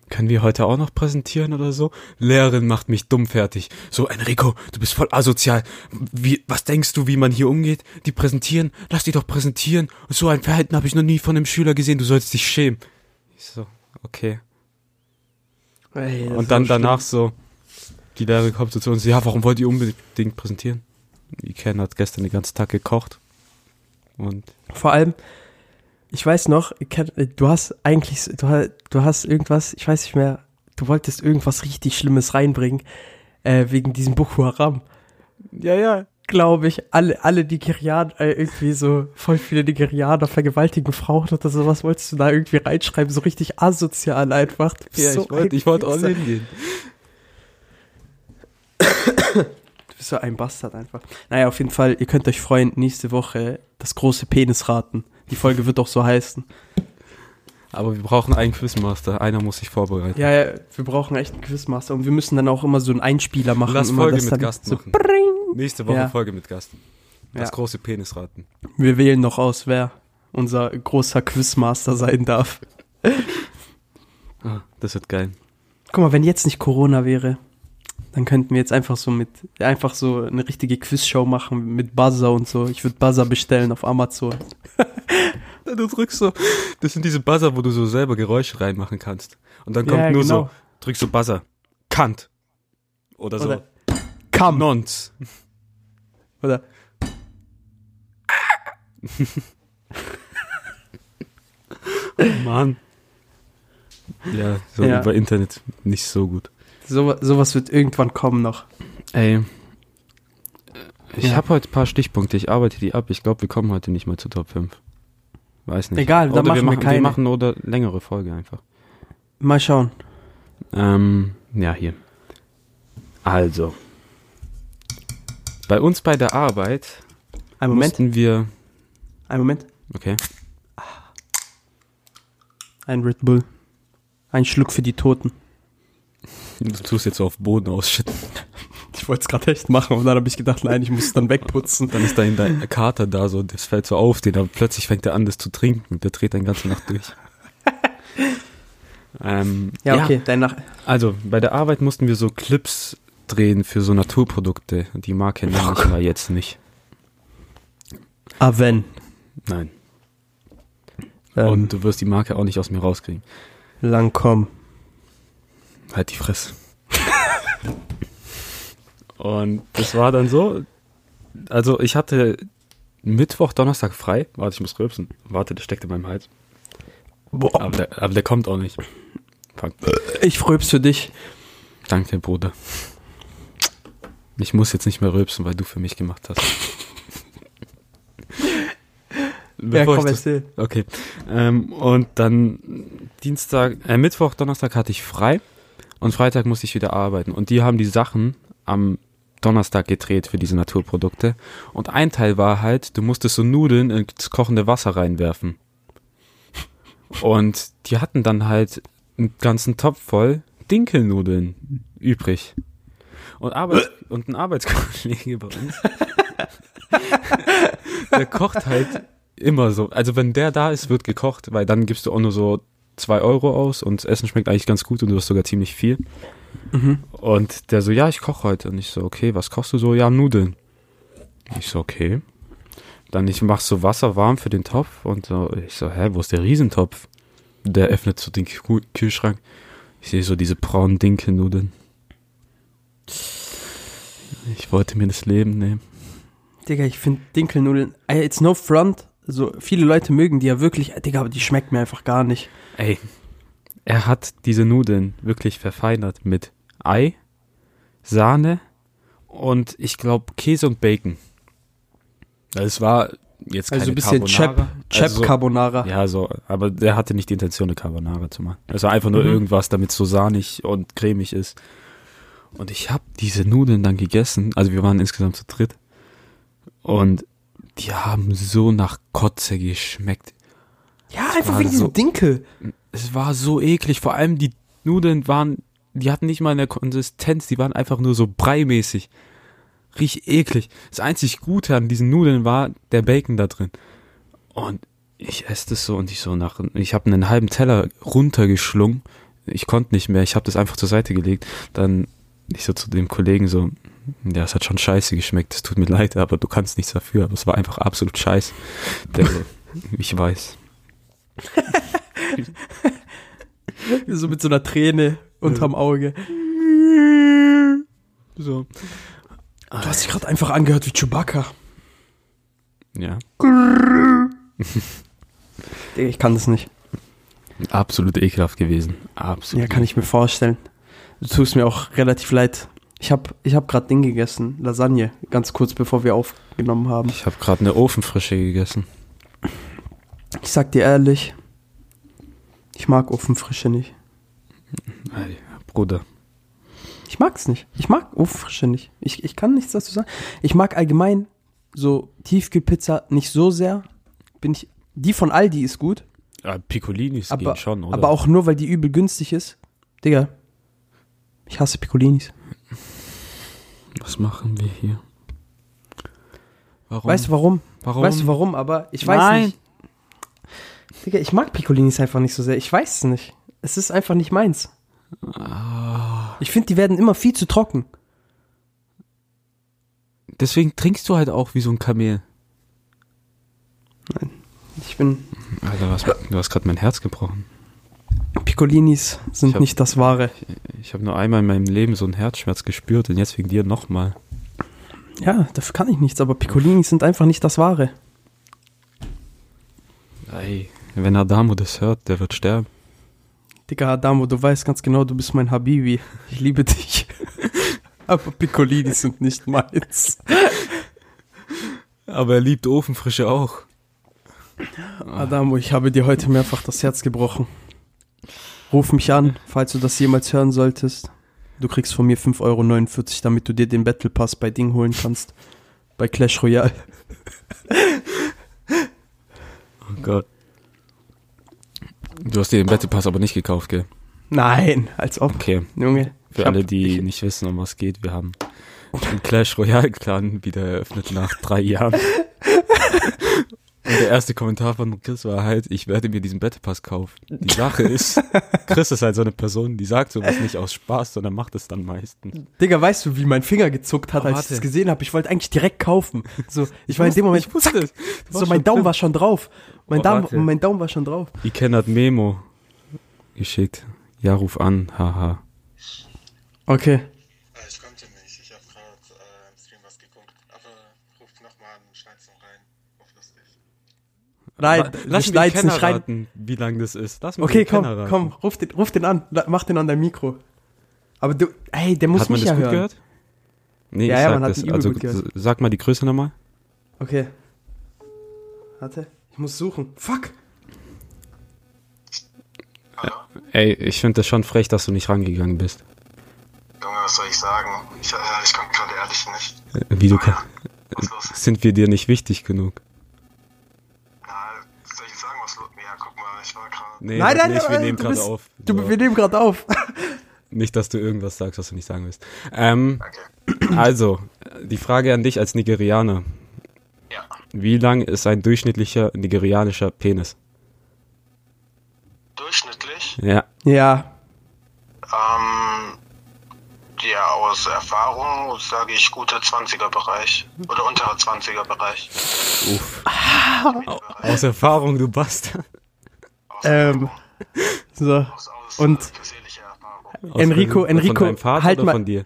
S4: können wir heute auch noch präsentieren oder so? Lehrerin macht mich dumm fertig. So, Enrico, du bist voll asozial. Wie, was denkst du, wie man hier umgeht? Die präsentieren, lass die doch präsentieren. So ein Verhalten habe ich noch nie von einem Schüler gesehen. Du sollst dich schämen. Ich so, okay.
S3: Ey, das
S4: Und dann
S3: ist so
S4: danach so, die Lehrerin kommt so zu uns, ja, warum wollt ihr unbedingt präsentieren? Iken hat gestern den ganzen Tag gekocht. Und
S3: schlimm. Vor allem, ich weiß noch, ich kenn- äh, du hast eigentlich, du hast, du hast irgendwas, ich weiß nicht mehr, du wolltest irgendwas richtig Schlimmes reinbringen, äh, wegen diesem Boko Haram.
S4: ja, ja.
S3: Glaube ich, alle, alle Nigerianer, äh, irgendwie so, voll viele Nigerianer vergewaltigen Frauen oder so, was wolltest du da irgendwie reinschreiben? So richtig asozial einfach. Du bist
S4: Ja,
S3: so
S4: ich wollte ich wollte
S3: ein
S4: auch
S3: Wichser.
S4: hingehen.
S3: Du bist so ein Bastard einfach. Naja, auf jeden Fall, ihr könnt euch freuen, nächste Woche das große Penisraten. Die Folge wird auch so heißen.
S4: Aber wir brauchen einen Quizmaster. Einer muss sich vorbereiten.
S3: Ja, ja, wir brauchen echt einen Quizmaster und wir müssen dann auch immer so einen Einspieler machen.
S4: Lass
S3: immer,
S4: Folge
S3: dass
S4: mit
S3: dann
S4: Gast
S3: so,
S4: machen.
S3: Bring.
S4: Nächste Woche
S3: Ja.
S4: Folge mit Gast. Das
S3: Ja.
S4: große Penisraten.
S3: Wir wählen noch aus, wer unser großer Quizmaster sein darf.
S4: Ah, das wird geil.
S3: Guck mal, wenn jetzt nicht Corona wäre, dann könnten wir jetzt einfach so mit, einfach so eine richtige Quizshow machen mit Buzzer und so. Ich würde Buzzer bestellen auf Amazon.
S4: Du drückst so, das sind diese Buzzer, wo du so selber Geräusche reinmachen kannst. Und dann kommt
S3: Ja,
S4: nur
S3: genau.
S4: so, drückst so Buzzer. Kant. Oder so.
S3: Oder Kam.
S4: Nons.
S3: Oder
S4: Mann. Ja, so
S3: Ja.
S4: über Internet nicht so gut.
S3: so, sowas wird irgendwann kommen noch.
S4: Ey. Ich
S3: Ja.
S4: habe heute ein paar Stichpunkte, ich arbeite die ab. Ich glaube, wir kommen heute nicht mal zu Top 5. Weiß nicht.
S3: Egal, dann
S4: oder wir
S3: machen wir
S4: machen, wir
S3: keine.
S4: machen oder längere Folge einfach.
S3: Mal schauen.
S4: Ähm, ja, hier. Also. Bei uns bei der Arbeit
S3: Ein Moment,
S4: mussten wir.
S3: ein Moment.
S4: Okay.
S3: Ein Red Bull. Ein Schluck für die Toten.
S4: Du tust jetzt so auf Boden ausschütten.
S3: Ich wollte es gerade echt machen, und dann habe ich gedacht, nein, ich muss es dann wegputzen.
S4: Dann ist dein, dein Kater da so, das fällt so auf den, aber plötzlich fängt er an, das zu trinken. Der dreht dann ganze Nacht durch. ähm,
S3: Ja, okay, dein Nach
S4: Also, bei der Arbeit mussten wir so Clips drehen für so Naturprodukte. Die Marke nenne ich mal jetzt nicht.
S3: Aven.
S4: Nein.
S3: Ähm,
S4: Und du wirst die Marke auch nicht aus mir rauskriegen.
S3: Lancome.
S4: Halt die Fresse. und das war dann so. Also ich hatte Mittwoch, Donnerstag frei. Warte, ich muss rülpsen. Warte, der steckt in meinem Hals. Aber der, aber der kommt auch nicht. Fuck.
S3: Ich fröb's für dich.
S4: Danke, Bruder. Ich muss jetzt nicht mehr rülpsen, weil du für mich gemacht hast.
S3: Ja,
S4: Bevor ich
S3: komm,
S4: das-
S3: erzähl.
S4: Okay. Ähm, und dann Dienstag, äh, Mittwoch, Donnerstag hatte ich frei und Freitag musste ich wieder arbeiten. Und die haben die Sachen am Donnerstag gedreht für diese Naturprodukte. Und ein Teil war halt, du musstest so Nudeln ins kochende Wasser reinwerfen. Und die hatten dann halt einen ganzen Topf voll Dinkelnudeln übrig. Und, Arbeits und ein Arbeitskollege bei uns, der kocht halt immer so. Also wenn der da ist, wird gekocht, weil dann gibst du auch nur so zwei Euro aus und das Essen schmeckt eigentlich ganz gut und du hast sogar ziemlich viel. Und der so, ja, ich koche heute. Und ich so, okay, was kochst du so? Ja, Nudeln. Ich so, okay. Dann ich mach so Wasser warm für den Topf und so, ich so, hä, wo ist der Riesentopf? Der öffnet so den Kuh- Kühlschrank. Ich sehe so diese braunen Dinkelnudeln. Ich wollte mir das Leben nehmen.
S3: Digga, ich finde Dinkelnudeln, ey, it's no front. So viele Leute mögen die ja wirklich, ey, Digga, aber die schmeckt mir einfach gar nicht.
S4: Ey, er hat diese Nudeln wirklich verfeinert mit Ei, Sahne und ich glaube Käse und Bacon. Also Es war jetzt keine
S3: Also ein bisschen Chap,
S4: Carbonara.
S3: Chap
S4: Also so-
S3: Carbonara.
S4: Ja, so, aber der hatte nicht die Intention, eine Carbonara zu machen. Es war einfach nur irgendwas, damit es so sahnig und cremig ist. Und ich habe diese Nudeln dann gegessen. Also wir waren insgesamt zu dritt. Und die haben so nach Kotze geschmeckt.
S3: Ja, einfach
S4: war
S3: wegen
S4: so-
S3: diesem Dinkel.
S4: Es war so eklig. Vor allem die Nudeln waren, die hatten nicht mal eine Konsistenz. Die waren einfach nur so breimäßig. Riech eklig. Das einzig Gute an diesen Nudeln war der Bacon da drin. Und ich esse das so und ich so nach, ich habe einen halben Teller runtergeschlungen. Ich konnte nicht mehr. Ich habe das einfach zur Seite gelegt. Dann ich so zu dem Kollegen so, ja, es hat schon scheiße geschmeckt. Es tut mir leid, aber du kannst nichts dafür. Aber es war einfach absolut scheiße. Der so, ich weiß.
S3: So mit so einer Träne unterm Auge.
S4: So.
S3: Du hast dich gerade einfach angehört wie Chewbacca.
S4: Ja.
S3: Digga, ich kann das nicht.
S4: Absolut ekelhaft gewesen. Absolut.
S3: Ja, kann ich mir vorstellen. Du tust mir auch relativ leid. Ich habe ich hab gerade Ding gegessen, Lasagne, ganz kurz bevor wir aufgenommen haben.
S4: Ich habe gerade eine Ofenfrische gegessen.
S3: Ich sag dir ehrlich, ich mag Ofenfrische nicht.
S4: Ey, Bruder.
S3: Ich mag's nicht. Ich mag Ofenfrische nicht. Ich, ich kann nichts dazu sagen. Ich mag allgemein so Tiefkühlpizza nicht so sehr. Bin ich, die von Aldi ist gut,
S4: Ja, Piccolinis
S3: aber,
S4: gehen schon, oder?
S3: aber auch nur, weil die übel günstig ist. Digga, ich hasse Piccolinis.
S4: Was machen wir hier? Warum?
S3: Weißt du warum?
S4: warum?
S3: Weißt du warum, aber ich weiß
S4: Nein.
S3: nicht. Digga, ich mag Piccolinis einfach nicht so sehr. Ich weiß es nicht. Es ist einfach nicht meins.
S4: Ah.
S3: Ich finde, die werden immer viel zu trocken.
S4: Deswegen trinkst du halt auch wie so ein Kamel.
S3: Ich bin.
S4: Alter, was, du hast gerade mein Herz gebrochen.
S3: Piccolinis
S4: Ich
S3: sind
S4: hab-
S3: nicht das Wahre.
S4: Ich habe nur einmal in meinem Leben so einen Herzschmerz gespürt und jetzt wegen dir nochmal.
S3: Ja, dafür kann ich nichts, aber Piccolinis sind einfach nicht das Wahre.
S4: Ey. Wenn Adamo das hört, der wird sterben.
S3: Digga, Adamo, du weißt ganz genau, du bist mein Habibi. Ich liebe dich. aber Piccolinis sind nicht meins.
S4: Aber er liebt Ofenfrische auch.
S3: Adamo, ich habe dir heute mehrfach das Herz gebrochen. Ruf mich an, falls du das jemals hören solltest. Du kriegst von mir 5,49 Euro, damit du dir den Battle Pass bei Ding holen kannst. Bei Clash Royale.
S4: Oh Gott. Du hast dir den Bettepass aber nicht gekauft, gell?
S3: Nein, als ob.
S4: Okay.
S3: Junge.
S4: Für
S3: ich hab-
S4: alle, die
S3: Ich,
S4: nicht wissen, um was geht, wir haben den Clash Royale Clan wieder eröffnet nach drei Jahren. Und der erste Kommentar von Chris war halt, ich werde mir diesen Battle Pass kaufen. Die Sache ist, Chris ist halt so eine Person, die sagt sowas nicht aus Spaß, sondern macht es dann meistens.
S3: Digga, weißt du, wie mein Finger gezuckt hat,
S4: Oh,
S3: als ich
S4: warte.
S3: das gesehen habe? Ich wollte eigentlich direkt kaufen. So, ich, war in dem Moment,
S4: ich wusste es. Du
S3: so
S4: warst
S3: mein
S4: schon
S3: Daumen
S4: drin.
S3: war schon drauf. Mein,
S4: Oh,
S3: Daumen,
S4: warte.
S3: mein Daumen war schon drauf.
S4: Iken hat Memo geschickt. Ja, ruf an, haha.
S3: Okay.
S5: Äh, Ich konnte nicht. Ich habe gerade äh, im Stream was geguckt. Aber ruft nochmal an, schneid's noch rein. Auf lustig.
S3: Nein,
S4: lass
S3: du
S4: mich den
S3: schneidest
S4: Kenner
S3: nicht rein.
S4: raten, wie lang das ist. Lass mich
S3: Okay,
S4: den
S3: komm,
S4: Kenner raten.
S3: komm, ruf den, ruf den an, la- mach den an dein Mikro. Aber du, hey, der muss
S4: Hat man
S3: mich
S4: das
S3: ja
S4: gut
S3: hören.
S4: gehört? Nee,
S3: Ja,
S4: ich
S3: ja,
S4: sag
S3: man hat
S4: das.
S3: die übel
S4: also
S3: gut gehört.
S4: sag mal die Größe nochmal.
S3: Okay. Warte, ich muss suchen. Fuck!
S4: Ey, ich finde das schon frech, dass du nicht rangegangen bist.
S5: Junge, was soll ich sagen? Ich, äh, ich konnte gerade ehrlich nicht.
S4: Äh, Wie du kann.
S5: Was ist los?
S4: Sind wir dir nicht wichtig genug?
S5: Na, soll ich sagen, was los? Ja, guck mal, ich war gerade.
S4: Nee,
S3: nein, nein,
S4: nicht,
S3: nein,
S4: wir
S3: nein,
S4: nehmen
S3: du
S4: gerade
S3: bist-
S4: auf.
S3: Du,
S4: So.
S3: wir nehmen gerade auf.
S4: Nicht, dass du irgendwas sagst, was du nicht sagen willst. Ähm,
S5: Okay.
S4: also, äh, die Frage an dich als Nigerianer.
S5: Ja.
S4: Wie lang ist ein durchschnittlicher nigerianischer Penis?
S5: Durchschnittlich?
S4: Ja,
S3: Ja,
S5: Ähm. Ja, aus Erfahrung sage ich gute 20er-Bereich. Oder unterer 20er-Bereich.
S3: Ah.
S4: Aus Erfahrung, du Bastard.
S3: Ähm, so.
S5: Aus, aus
S3: Und-
S5: äh, persönlicher Erfahrung.
S4: Aus
S3: Enrico,
S4: welchem-
S3: Enrico,
S4: Von deinem Vater
S3: halt
S4: oder
S3: mal-
S4: von dir?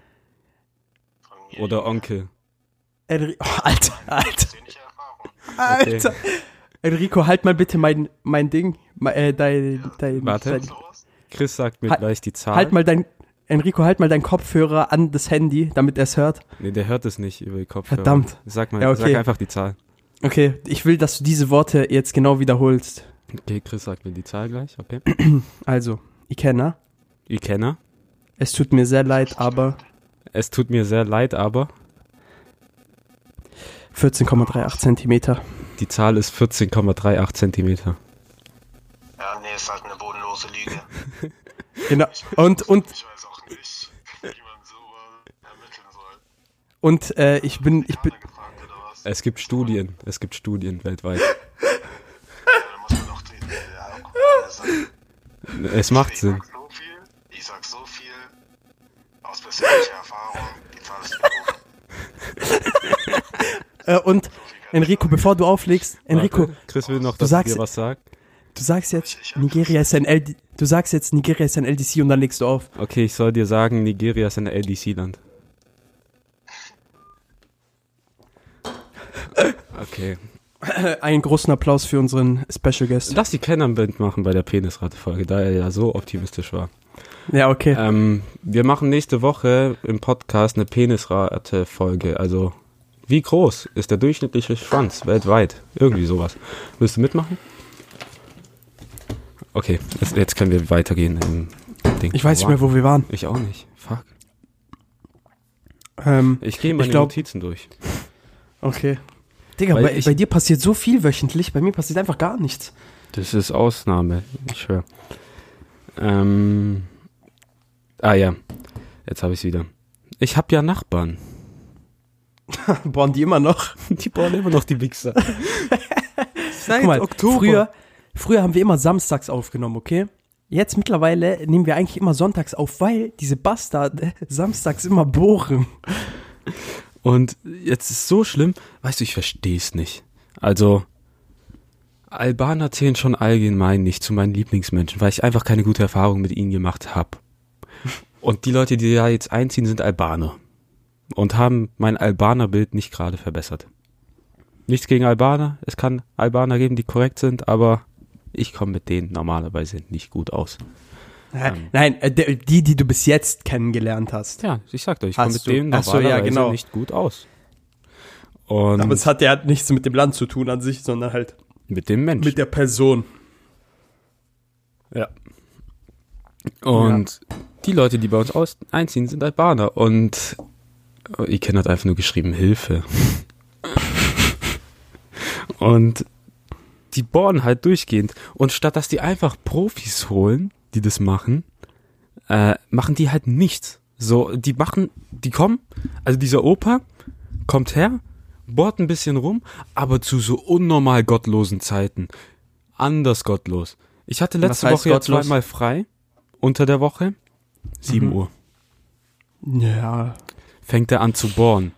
S5: Von mir
S4: Oder Onkel?
S3: Enri oh, Alter, Alter,
S5: persönliche Erfahrung.
S3: Alter. Enrico, halt mal bitte mein, mein Ding. Mein, äh, dein, dein,
S4: Warte.
S3: Dein,
S5: Sowas?
S4: Chris sagt mir
S3: Halt-
S4: gleich die Zahl.
S3: halt mal dein. Enrico, halt mal deinen Kopfhörer an das Handy, damit er es hört.
S4: Nee, der hört es nicht über die Kopfhörer.
S3: Verdammt.
S4: Sag mal,
S3: Ja, okay.
S4: sag einfach die Zahl.
S3: Okay, ich will, dass du diese Worte jetzt genau wiederholst.
S4: Okay, Chris sagt mir die Zahl gleich, okay.
S3: Also, Ikenna,
S4: Ikenna.
S3: es tut mir sehr leid, aber
S4: Es tut mir sehr leid, aber
S3: 14,38 Zentimeter.
S4: die Zahl ist 14,38 Zentimeter.
S5: Ja, nee, ist halt eine bodenlose Lüge.
S3: Genau. Und, und,
S5: Ich weiß auch nicht, wie man so äh, ermitteln soll.
S3: und äh, ich bin, ich bin,
S5: Hat er gefragt oder was?
S4: Es gibt Studien, es gibt Studien weltweit.
S5: Ja, da muss man doch den. Ja, guck mal, also,
S4: Es macht
S5: ich
S4: Sinn.
S5: sag so viel, ich sag so viel. Aus persönlicher Erfahrung, die Zahl ist gelogen.
S3: äh, und Enrico, bevor du auflegst, Enrico,
S4: Warte, Chris will noch,
S3: Du
S4: dass ich
S3: sagst-
S4: dir was sag.
S3: du sagst jetzt, Nigeria ist ein LD, du sagst jetzt, Nigeria ist ein LDC und dann legst du auf.
S4: Okay, ich soll dir sagen, Nigeria ist ein LDC-Land. Okay.
S3: Äh, einen großen Applaus für unseren Special Guest.
S4: Lass die Kenner Band machen bei der Penisrate-Folge, da er ja so optimistisch war.
S3: Ja, okay.
S4: Ähm, wir machen nächste Woche im Podcast eine Penisrate-Folge. Also, wie groß ist der durchschnittliche Schwanz weltweit? Irgendwie sowas. Willst du mitmachen? Okay, jetzt, jetzt können wir weitergehen im Ding.
S3: Ich weiß nicht mehr, wo wir waren.
S4: Ich auch nicht. Fuck.
S3: Ähm,
S4: Ich gehe meine
S3: Ich glaub-
S4: Notizen durch.
S3: okay. Digga,
S4: Weil
S3: bei,
S4: ich-
S3: bei dir passiert so viel wöchentlich, bei mir passiert einfach gar nichts.
S4: Das ist Ausnahme, ich schwöre. Ähm, ah ja, jetzt habe ich es wieder. Ich habe ja Nachbarn.
S3: Bohren die immer noch.
S4: Die bauen immer noch die Wichser. Seit
S3: Guck mal, Früher, früher haben wir immer samstags aufgenommen, okay? Jetzt mittlerweile nehmen wir eigentlich immer sonntags auf, weil diese Bastarde samstags immer bohren.
S4: Und jetzt ist so schlimm, weißt du, ich verstehe es nicht. Also, Albaner zählen schon allgemein nicht zu meinen Lieblingsmenschen, weil ich einfach keine gute Erfahrung mit ihnen gemacht habe. Und die Leute, die da jetzt einziehen, sind Albaner. Und haben mein Albanerbild nicht gerade verbessert. Nichts gegen Albaner. Es kann Albaner geben, die korrekt sind, aber ich komme mit denen normalerweise nicht gut aus. Ähm.
S3: Nein, Nein, äh, der- die, die du bis jetzt kennengelernt hast.
S4: Ja, ich sag doch, ich komme
S3: Hast
S4: mit
S3: du-
S4: denen
S3: Ach so, ja,
S4: normalerweise
S3: genau.
S4: nicht gut aus. Und
S3: Aber es hat ja nichts mit dem Land zu tun an sich, sondern halt
S4: mit dem Menschen.
S3: mit der Person.
S4: Ja. Und die Leute, die bei uns aus einziehen, sind Albaner. Und Äh, Iken hat einfach nur geschrieben, Hilfe. und die bohren halt durchgehend. Und statt dass die einfach Profis holen, die das machen, äh, machen die halt nichts. So, die machen, die kommen, also dieser Opa kommt her, bohrt ein bisschen rum, aber zu so unnormal gottlosen Zeiten. Anders gottlos. Ich hatte letzte
S3: Was heißt
S4: Woche ja
S3: gottlos? Mhm.
S4: zweimal frei unter der Woche. 7 Uhr.
S3: Ja.
S4: Fängt er an zu bohren.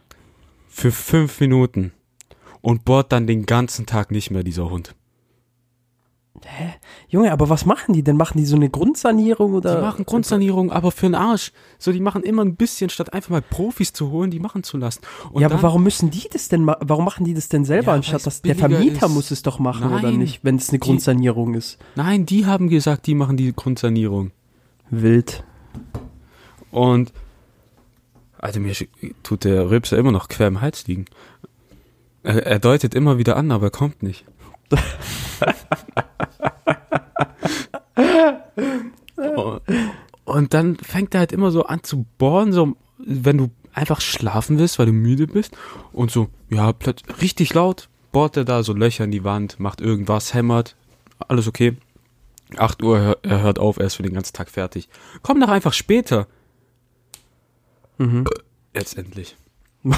S4: Für fünf Minuten. Und bohrt dann den ganzen Tag nicht mehr, dieser Hund.
S3: Junge, aber was machen die denn? Machen die so eine Grundsanierung oder?
S4: Die machen Grundsanierung, aber für den Arsch. So, die machen immer ein bisschen, statt einfach mal Profis zu holen, die machen zu lassen. Und
S3: ja,
S4: dann,
S3: aber warum müssen die das denn ma- warum machen die das denn selber
S4: Ja,
S3: anstatt
S4: weil's
S3: dass der
S4: billiger
S3: Vermieter
S4: ist.
S3: muss es doch machen oder
S4: Nein.
S3: nicht, wenn es eine
S4: Die-
S3: Grundsanierung ist?
S4: Nein, die haben gesagt, die machen die Grundsanierung.
S3: Wild.
S4: Und, Alter, mir sch- tut der Rübser immer noch quer im Hals liegen. Er, er deutet immer wieder an, aber er kommt nicht. Und- Und dann fängt er halt immer so an zu bohren, so, wenn du einfach schlafen willst, weil du müde bist. Und so, ja, plötzlich richtig laut bohrt er da so Löcher in die Wand, macht irgendwas, hämmert, alles okay. 8 Uhr, hör- er hört auf, er ist für den ganzen Tag fertig. Komm doch einfach später. Jetzt endlich.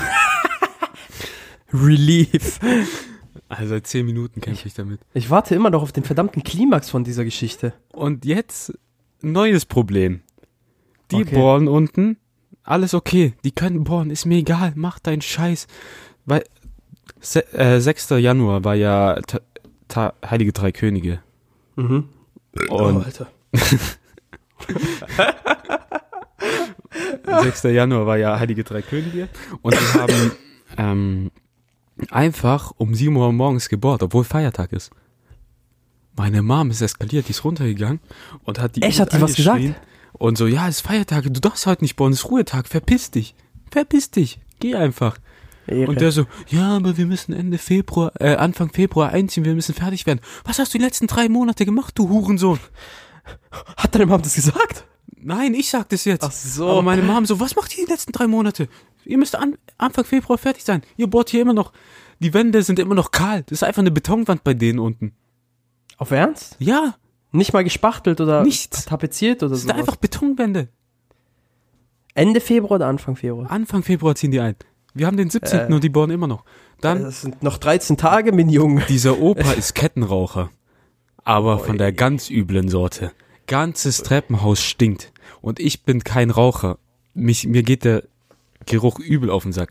S3: Relief.
S4: Also seit 10 Minuten kämpfe ich damit.
S3: Ich warte immer noch auf den verdammten Klimax von dieser Geschichte.
S4: Und jetzt neues Problem. Die
S3: Okay.
S4: bohren unten, alles okay, die können bohren, ist mir egal, mach deinen Scheiß. Weil, se, äh, 6. Januar war ja Ta Ta Heilige Drei Könige.
S3: Mhm.
S4: Und-
S3: oh, Alter.
S4: 6. Januar war ja Heilige Drei Könige. Und die haben ähm, einfach um 7 Uhr morgens gebohrt, obwohl Feiertag ist. Meine Mom ist eskaliert, die ist runtergegangen und hat die.
S3: Echt, hat die
S4: Uhr
S3: was gesagt?
S4: angeschrien Und so, ja, es ist Feiertag, du darfst heute nicht bohren, es ist Ruhetag, verpiss dich. Verpiss dich, geh einfach. Und der so, ja, aber wir müssen Ende Februar, äh, Anfang Februar einziehen, wir müssen fertig werden. Was hast du die letzten drei Monate gemacht, du Hurensohn?
S3: Hat deine Mom das gesagt?
S4: Nein, ich sag das jetzt.
S3: Ach so.
S4: Aber meine Mom so, was macht ihr die letzten drei Monate? Ihr müsst an, Anfang Februar fertig sein. Ihr bohrt hier immer noch. Die Wände sind immer noch kahl. Das ist einfach eine Betonwand bei denen unten.
S3: Auf Ernst?
S4: Ja,
S3: Nicht mal gespachtelt oder
S4: Nichts.
S3: tapeziert oder
S4: das sind
S3: so.
S4: einfach Betonwände.
S3: Ende Februar oder Anfang Februar?
S4: Anfang Februar ziehen die ein. Wir haben den 17. und die bohren immer noch. Dann,
S3: Äh. Das Also sind noch 13 Tage, mein Junge.
S4: dieser Opa ist Kettenraucher. Aber von der ganz üblen Sorte. Ganzes Treppenhaus stinkt. Und ich bin kein Raucher. Mich, mir geht der Geruch übel auf den Sack.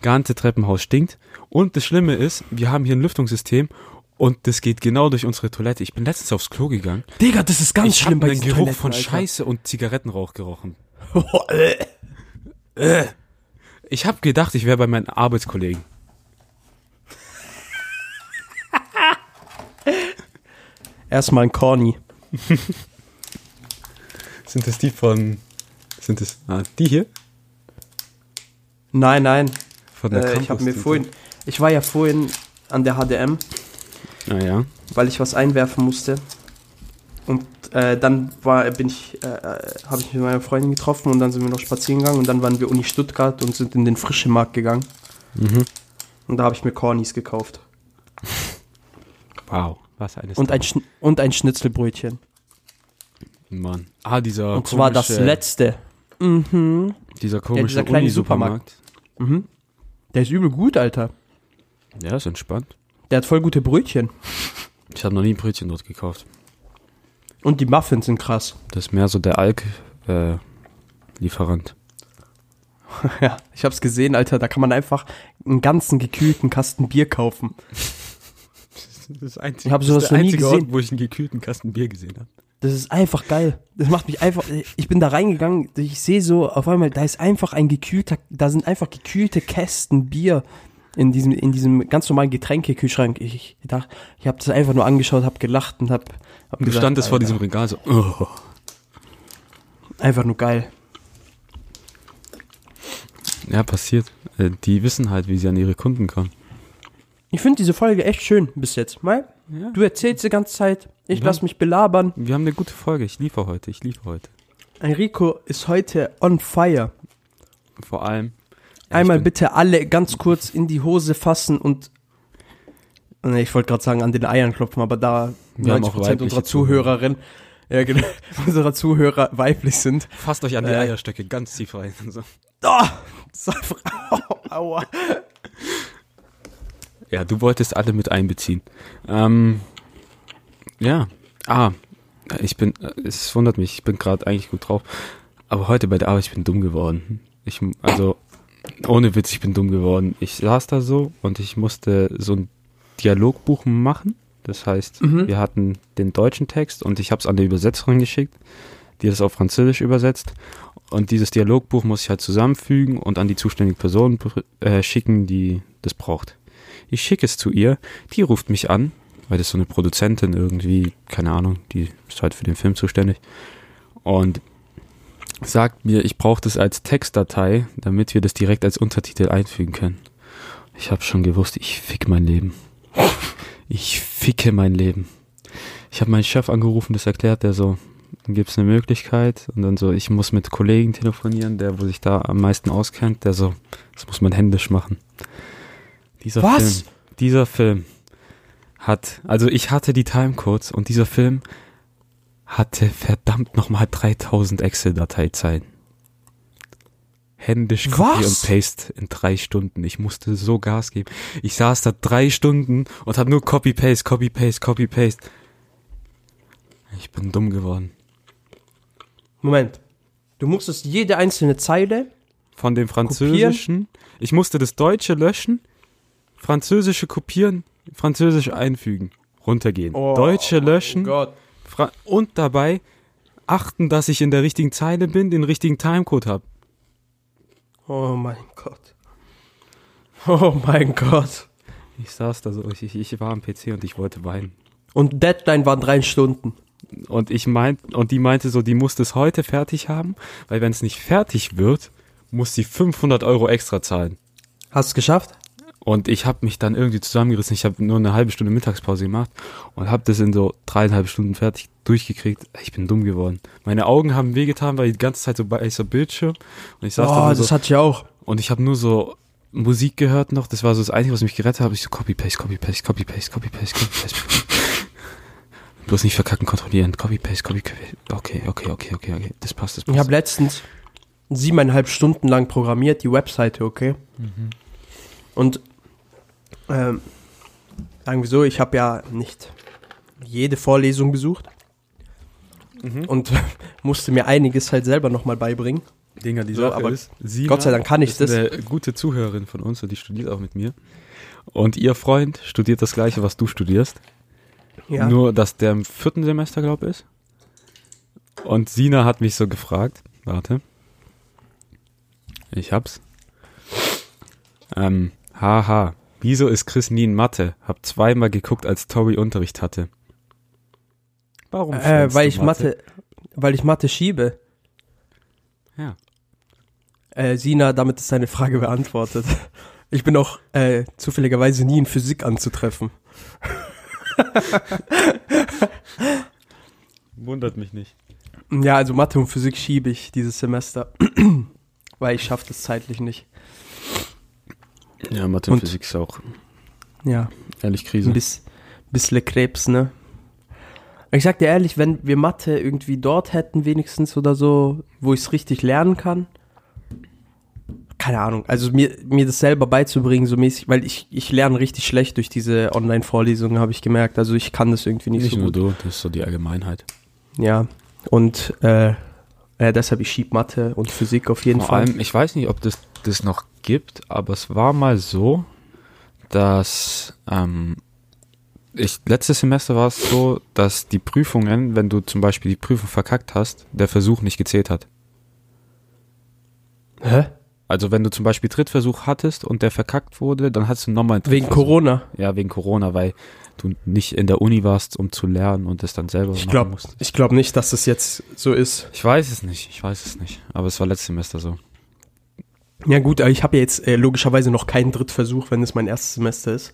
S4: Ganze Treppenhaus stinkt. Und das Schlimme ist, wir haben hier ein Lüftungssystem und das geht genau durch unsere Toilette. Ich bin letztens aufs Klo gegangen.
S3: Digga, das ist ganz
S4: ich
S3: schlimm bei
S4: habe einen
S3: diesen
S4: Geruch
S3: Toiletten,
S4: von
S3: Alter. äh.
S4: Scheiße und Zigarettenrauch gerochen. Ich habe gedacht, ich wäre bei meinen Arbeitskollegen.
S3: Erstmal ein Corny.
S4: Sind das die von. Sind das. Ah, die hier?
S3: Nein, nein.
S4: Von
S3: Äh, ich habe mir vorhin. Ich war ja vorhin an der HDM,
S4: Naja.
S3: weil ich was einwerfen musste. Und äh, dann war, bin ich, äh, habe ich mit meiner Freundin getroffen und dann sind wir noch spazieren gegangen und dann waren wir Uni Stuttgart und sind in den frischen Markt gegangen. Mhm. Und da habe ich mir Cornies gekauft.
S4: Wow. Was eines.
S3: Und ein, Schn und ein Schnitzelbrötchen.
S4: Mann. Ah, dieser.
S3: Und zwar das
S4: komische-
S3: letzte.
S4: Dieser komische
S3: dieser kleine
S4: Uni-Supermarkt.
S3: Der ist übel gut, Alter.
S4: Ja, ist entspannt.
S3: Der hat voll gute Brötchen.
S4: Ich habe noch nie ein Brötchen dort gekauft.
S3: Und die Muffins sind krass.
S4: Das ist mehr so der äh, Alk-Lieferant.
S3: Ja, ich hab's gesehen, Alter. Da kann man einfach einen ganzen gekühlten Kasten Bier kaufen.
S4: das ist einzig,
S3: Ich hab sowas noch nie gesehen.
S4: wo ich einen gekühlten Kasten Bier gesehen habe.
S3: Das ist einfach geil. Das macht mich einfach. Ich bin da reingegangen. Ich sehe so auf einmal, da ist einfach ein gekühlter. Da sind einfach gekühlte Kästen Bier in diesem in diesem ganz normalen Getränkekühlschrank. Ich, ich dachte, ich habe das einfach nur angeschaut, hab gelacht und hab. hab
S4: Du
S3: gesagt,
S4: standest vor
S3: Alter,
S4: diesem Regal so. Oh.
S3: Einfach nur geil.
S4: Ja, passiert. Äh, Die wissen halt, wie sie an ihre Kunden kommen.
S3: Ich finde diese Folge echt schön bis jetzt. Mal,
S4: Ja.
S3: du erzählst die ganze Zeit. Ich lass mich belabern.
S4: Wir haben eine gute Folge. Ich liefere heute. Ich liefere heute.
S3: Enrico ist heute on fire.
S4: Vor allem. Ja,
S3: Einmal
S4: ich bin-
S3: bitte alle ganz kurz in die Hose fassen und. Nee, ich wollte gerade sagen, an den Eiern klopfen, aber da
S4: Wir haben auch
S3: 90%
S4: weibliche
S3: unserer Zuhörerin, ja, genau, unserer Zuhörer weiblich sind.
S4: Fasst euch an die
S3: Äh.
S4: Eierstöcke ganz tief rein. So.
S3: Oh, das ist einfach, aua.
S4: Ja, du wolltest alle mit einbeziehen. Ähm, ja. Ah, ich bin, es wundert mich, ich bin gerade eigentlich gut drauf. Aber heute bei der Arbeit, ich bin dumm geworden. Ich, also, ohne Witz, ich bin dumm geworden. Ich saß da so und ich musste so ein Dialogbuch machen. Das heißt, wir hatten den deutschen Text und ich habe es an die Übersetzerin geschickt, die das auf Französisch übersetzt. Und dieses Dialogbuch muss ich halt zusammenfügen und an die zuständige Person äh, schicken, die das braucht. Ich schicke es zu ihr, die ruft mich an, weil das so eine Produzentin irgendwie, keine Ahnung, die ist halt für den Film zuständig. Und sagt mir, ich brauche das als Textdatei, damit wir das direkt als Untertitel einfügen können. Ich habe schon gewusst, ich fick mein Leben. Ich ficke mein Leben. Ich habe meinen Chef angerufen, das erklärt der so, gibt es eine Möglichkeit und dann so, ich muss mit Kollegen telefonieren, der, wo sich da am meisten auskennt, der so, das muss man händisch machen. Dieser
S3: Was?
S4: Film, dieser Film hat, also ich hatte die Timecodes und dieser Film hatte verdammt nochmal 3000 Excel-Dateizeilen. Händisch Copy
S3: Was?
S4: und Paste in drei Stunden. Ich musste so Gas geben. Ich saß da drei Stunden und habe nur Copy-Paste, Copy-Paste, Copy-Paste. Ich bin dumm geworden.
S3: Moment. Du musstest jede einzelne Zeile
S4: von dem Französischen. Ich musste das Deutsche löschen, Französische kopieren, Französisch einfügen, runtergehen. Deutsche löschen
S3: Oh, Gott.
S4: Fra und dabei achten, dass ich in der richtigen Zeile bin, den richtigen Timecode habe.
S3: Oh mein Gott. Oh mein Gott.
S4: Ich saß da so, ich, ich- ich war am PC und ich wollte weinen.
S3: Und Deadline waren drei Stunden.
S4: Und ich meint, und die meinte so, die muss das heute fertig haben, weil wenn es nicht fertig wird, muss sie 500 Euro extra zahlen.
S3: Hast du geschafft?
S4: Und ich habe mich dann irgendwie zusammengerissen. Ich habe nur eine halbe Stunde Mittagspause gemacht und habe das in so dreieinhalb Stunden fertig durchgekriegt. Ich bin dumm geworden. Meine Augen haben wehgetan, weil die ganze Zeit so weißer Bildschirm. Und ich saß da
S3: Oh,
S4: nur so,
S3: das hatte ich auch.
S4: und ich habe nur so Musik gehört noch. Das war so das Einzige, was mich gerettet hat. Ich so Copy-Paste, Copy-Paste, Copy-Paste, Copy-Paste, Copy-Paste. Bloß nicht verkacken, kontrollieren. Copy-Paste, Copy-Paste. Okay, okay, okay, okay, okay. Das passt, das passt.
S3: Ich habe letztens siebeneinhalb Stunden lang programmiert, die Webseite, okay?
S4: Mhm.
S3: Und ähm, sagen wir so, ich habe ja nicht jede Vorlesung besucht
S4: Mhm.
S3: und musste mir einiges halt selber nochmal beibringen.
S4: Dinger, die
S3: So,
S4: Sache
S3: aber
S4: ist, Sina
S3: Gott sei Dank kann ich
S4: ist eine gute Zuhörerin von uns und die studiert auch mit mir. Und ihr Freund studiert das gleiche, was du studierst.
S3: Ja.
S4: Nur, dass der im vierten Semester, glaube ich, ist. Und Sina hat mich so gefragt. Warte. Ich hab's. Ähm, haha. Wieso ist Chris nie in Mathe? Hab zweimal geguckt, als Tori Unterricht hatte. Warum?
S3: äh,
S4: schwänzt
S3: weil
S4: du
S3: ich Mathe, weil ich Mathe schiebe.
S4: Ja.
S3: Äh, Sina, damit ist deine Frage beantwortet. Ich bin auch äh, zufälligerweise nie in Physik anzutreffen.
S4: Wundert mich nicht.
S3: Ja, also Mathe und Physik schiebe ich dieses Semester, weil ich schaffe das zeitlich nicht.
S4: Ja, Mathe
S3: und Und-
S4: Physik ist auch
S3: Ja,
S4: ehrlich Krise.
S3: ein bis, bisschen Krebs, ne? Ich sag dir ehrlich, wenn wir Mathe irgendwie dort hätten wenigstens oder so, wo ich es richtig lernen kann. Keine Ahnung, also mir, mir das selber beizubringen, so mäßig, weil ich, ich lerne richtig schlecht durch diese Online-Vorlesungen, habe ich gemerkt. Also ich kann das irgendwie nicht,
S4: Nicht
S3: so
S4: nur
S3: gut.
S4: du, das ist so die Allgemeinheit.
S3: Ja, und äh, äh, deshalb, ich schieb Mathe und Physik auf jeden
S4: Vor
S3: Fall.
S4: allem, ich weiß nicht, ob das das noch gibt, aber es war mal so, dass ähm, ich letztes Semester war es so, dass die Prüfungen, wenn du zum Beispiel die Prüfung verkackt hast, der Versuch nicht gezählt hat.
S3: Hä?
S4: Also wenn du zum Beispiel Drittversuch hattest und der verkackt wurde, dann hast du nochmal einen
S3: Wegen
S4: Drittversuch.
S3: Corona.
S4: Ja, wegen Corona, weil du nicht in der Uni warst, um zu lernen und es dann selber
S3: Ich
S4: machen
S3: glaube
S4: musstest.
S3: glaub nicht, dass das jetzt so ist.
S4: Ich weiß es nicht, ich weiß es nicht. Aber es war letztes Semester so.
S3: Ja gut, aber ich habe ja jetzt äh, logischerweise noch keinen Drittversuch, wenn es mein erstes Semester ist.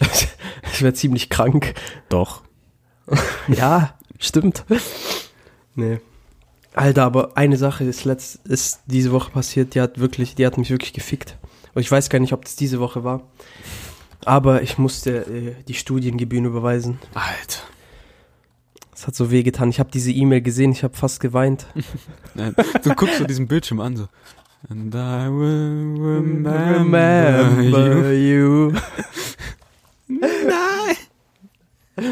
S3: ich wäre ziemlich krank.
S4: Doch.
S3: Ja, stimmt. Nee. Alter, aber eine Sache ist, letzt, ist diese Woche passiert, die hat wirklich, die hat mich wirklich gefickt. Und ich weiß gar nicht, ob das diese Woche war. Aber ich musste äh, die Studiengebühren überweisen.
S4: Alter.
S3: Das hat so weh getan. Ich habe diese E-Mail gesehen, ich habe fast geweint.
S4: Nein, du guckst so diesen Bildschirm an, so. And I will remember, you.
S3: Remember you.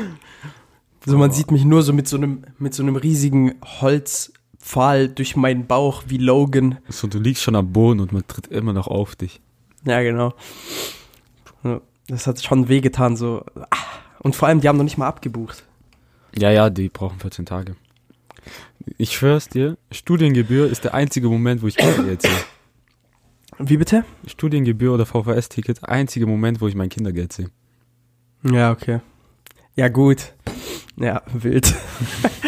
S3: So, man sieht mich nur so mit so einem, mit so einem riesigen Holzpfahl durch meinen Bauch wie Logan.
S4: So, du liegst schon am Boden und man tritt immer noch auf dich.
S3: Ja, genau. Ja, Das hat schon wehgetan, so. Ah. Und vor allem, die haben noch nicht mal abgebucht.
S4: Ja, ja, die brauchen 14 Tage. Ich schwör's dir, Studiengebühr ist der einzige Moment, wo ich Kinder erzähle.
S3: Wie bitte?
S4: Studiengebühr oder VVS-Ticket, einzige Moment, wo ich mein Kindergeld sehe.
S3: Ja, okay. Ja, gut. Ja, wild.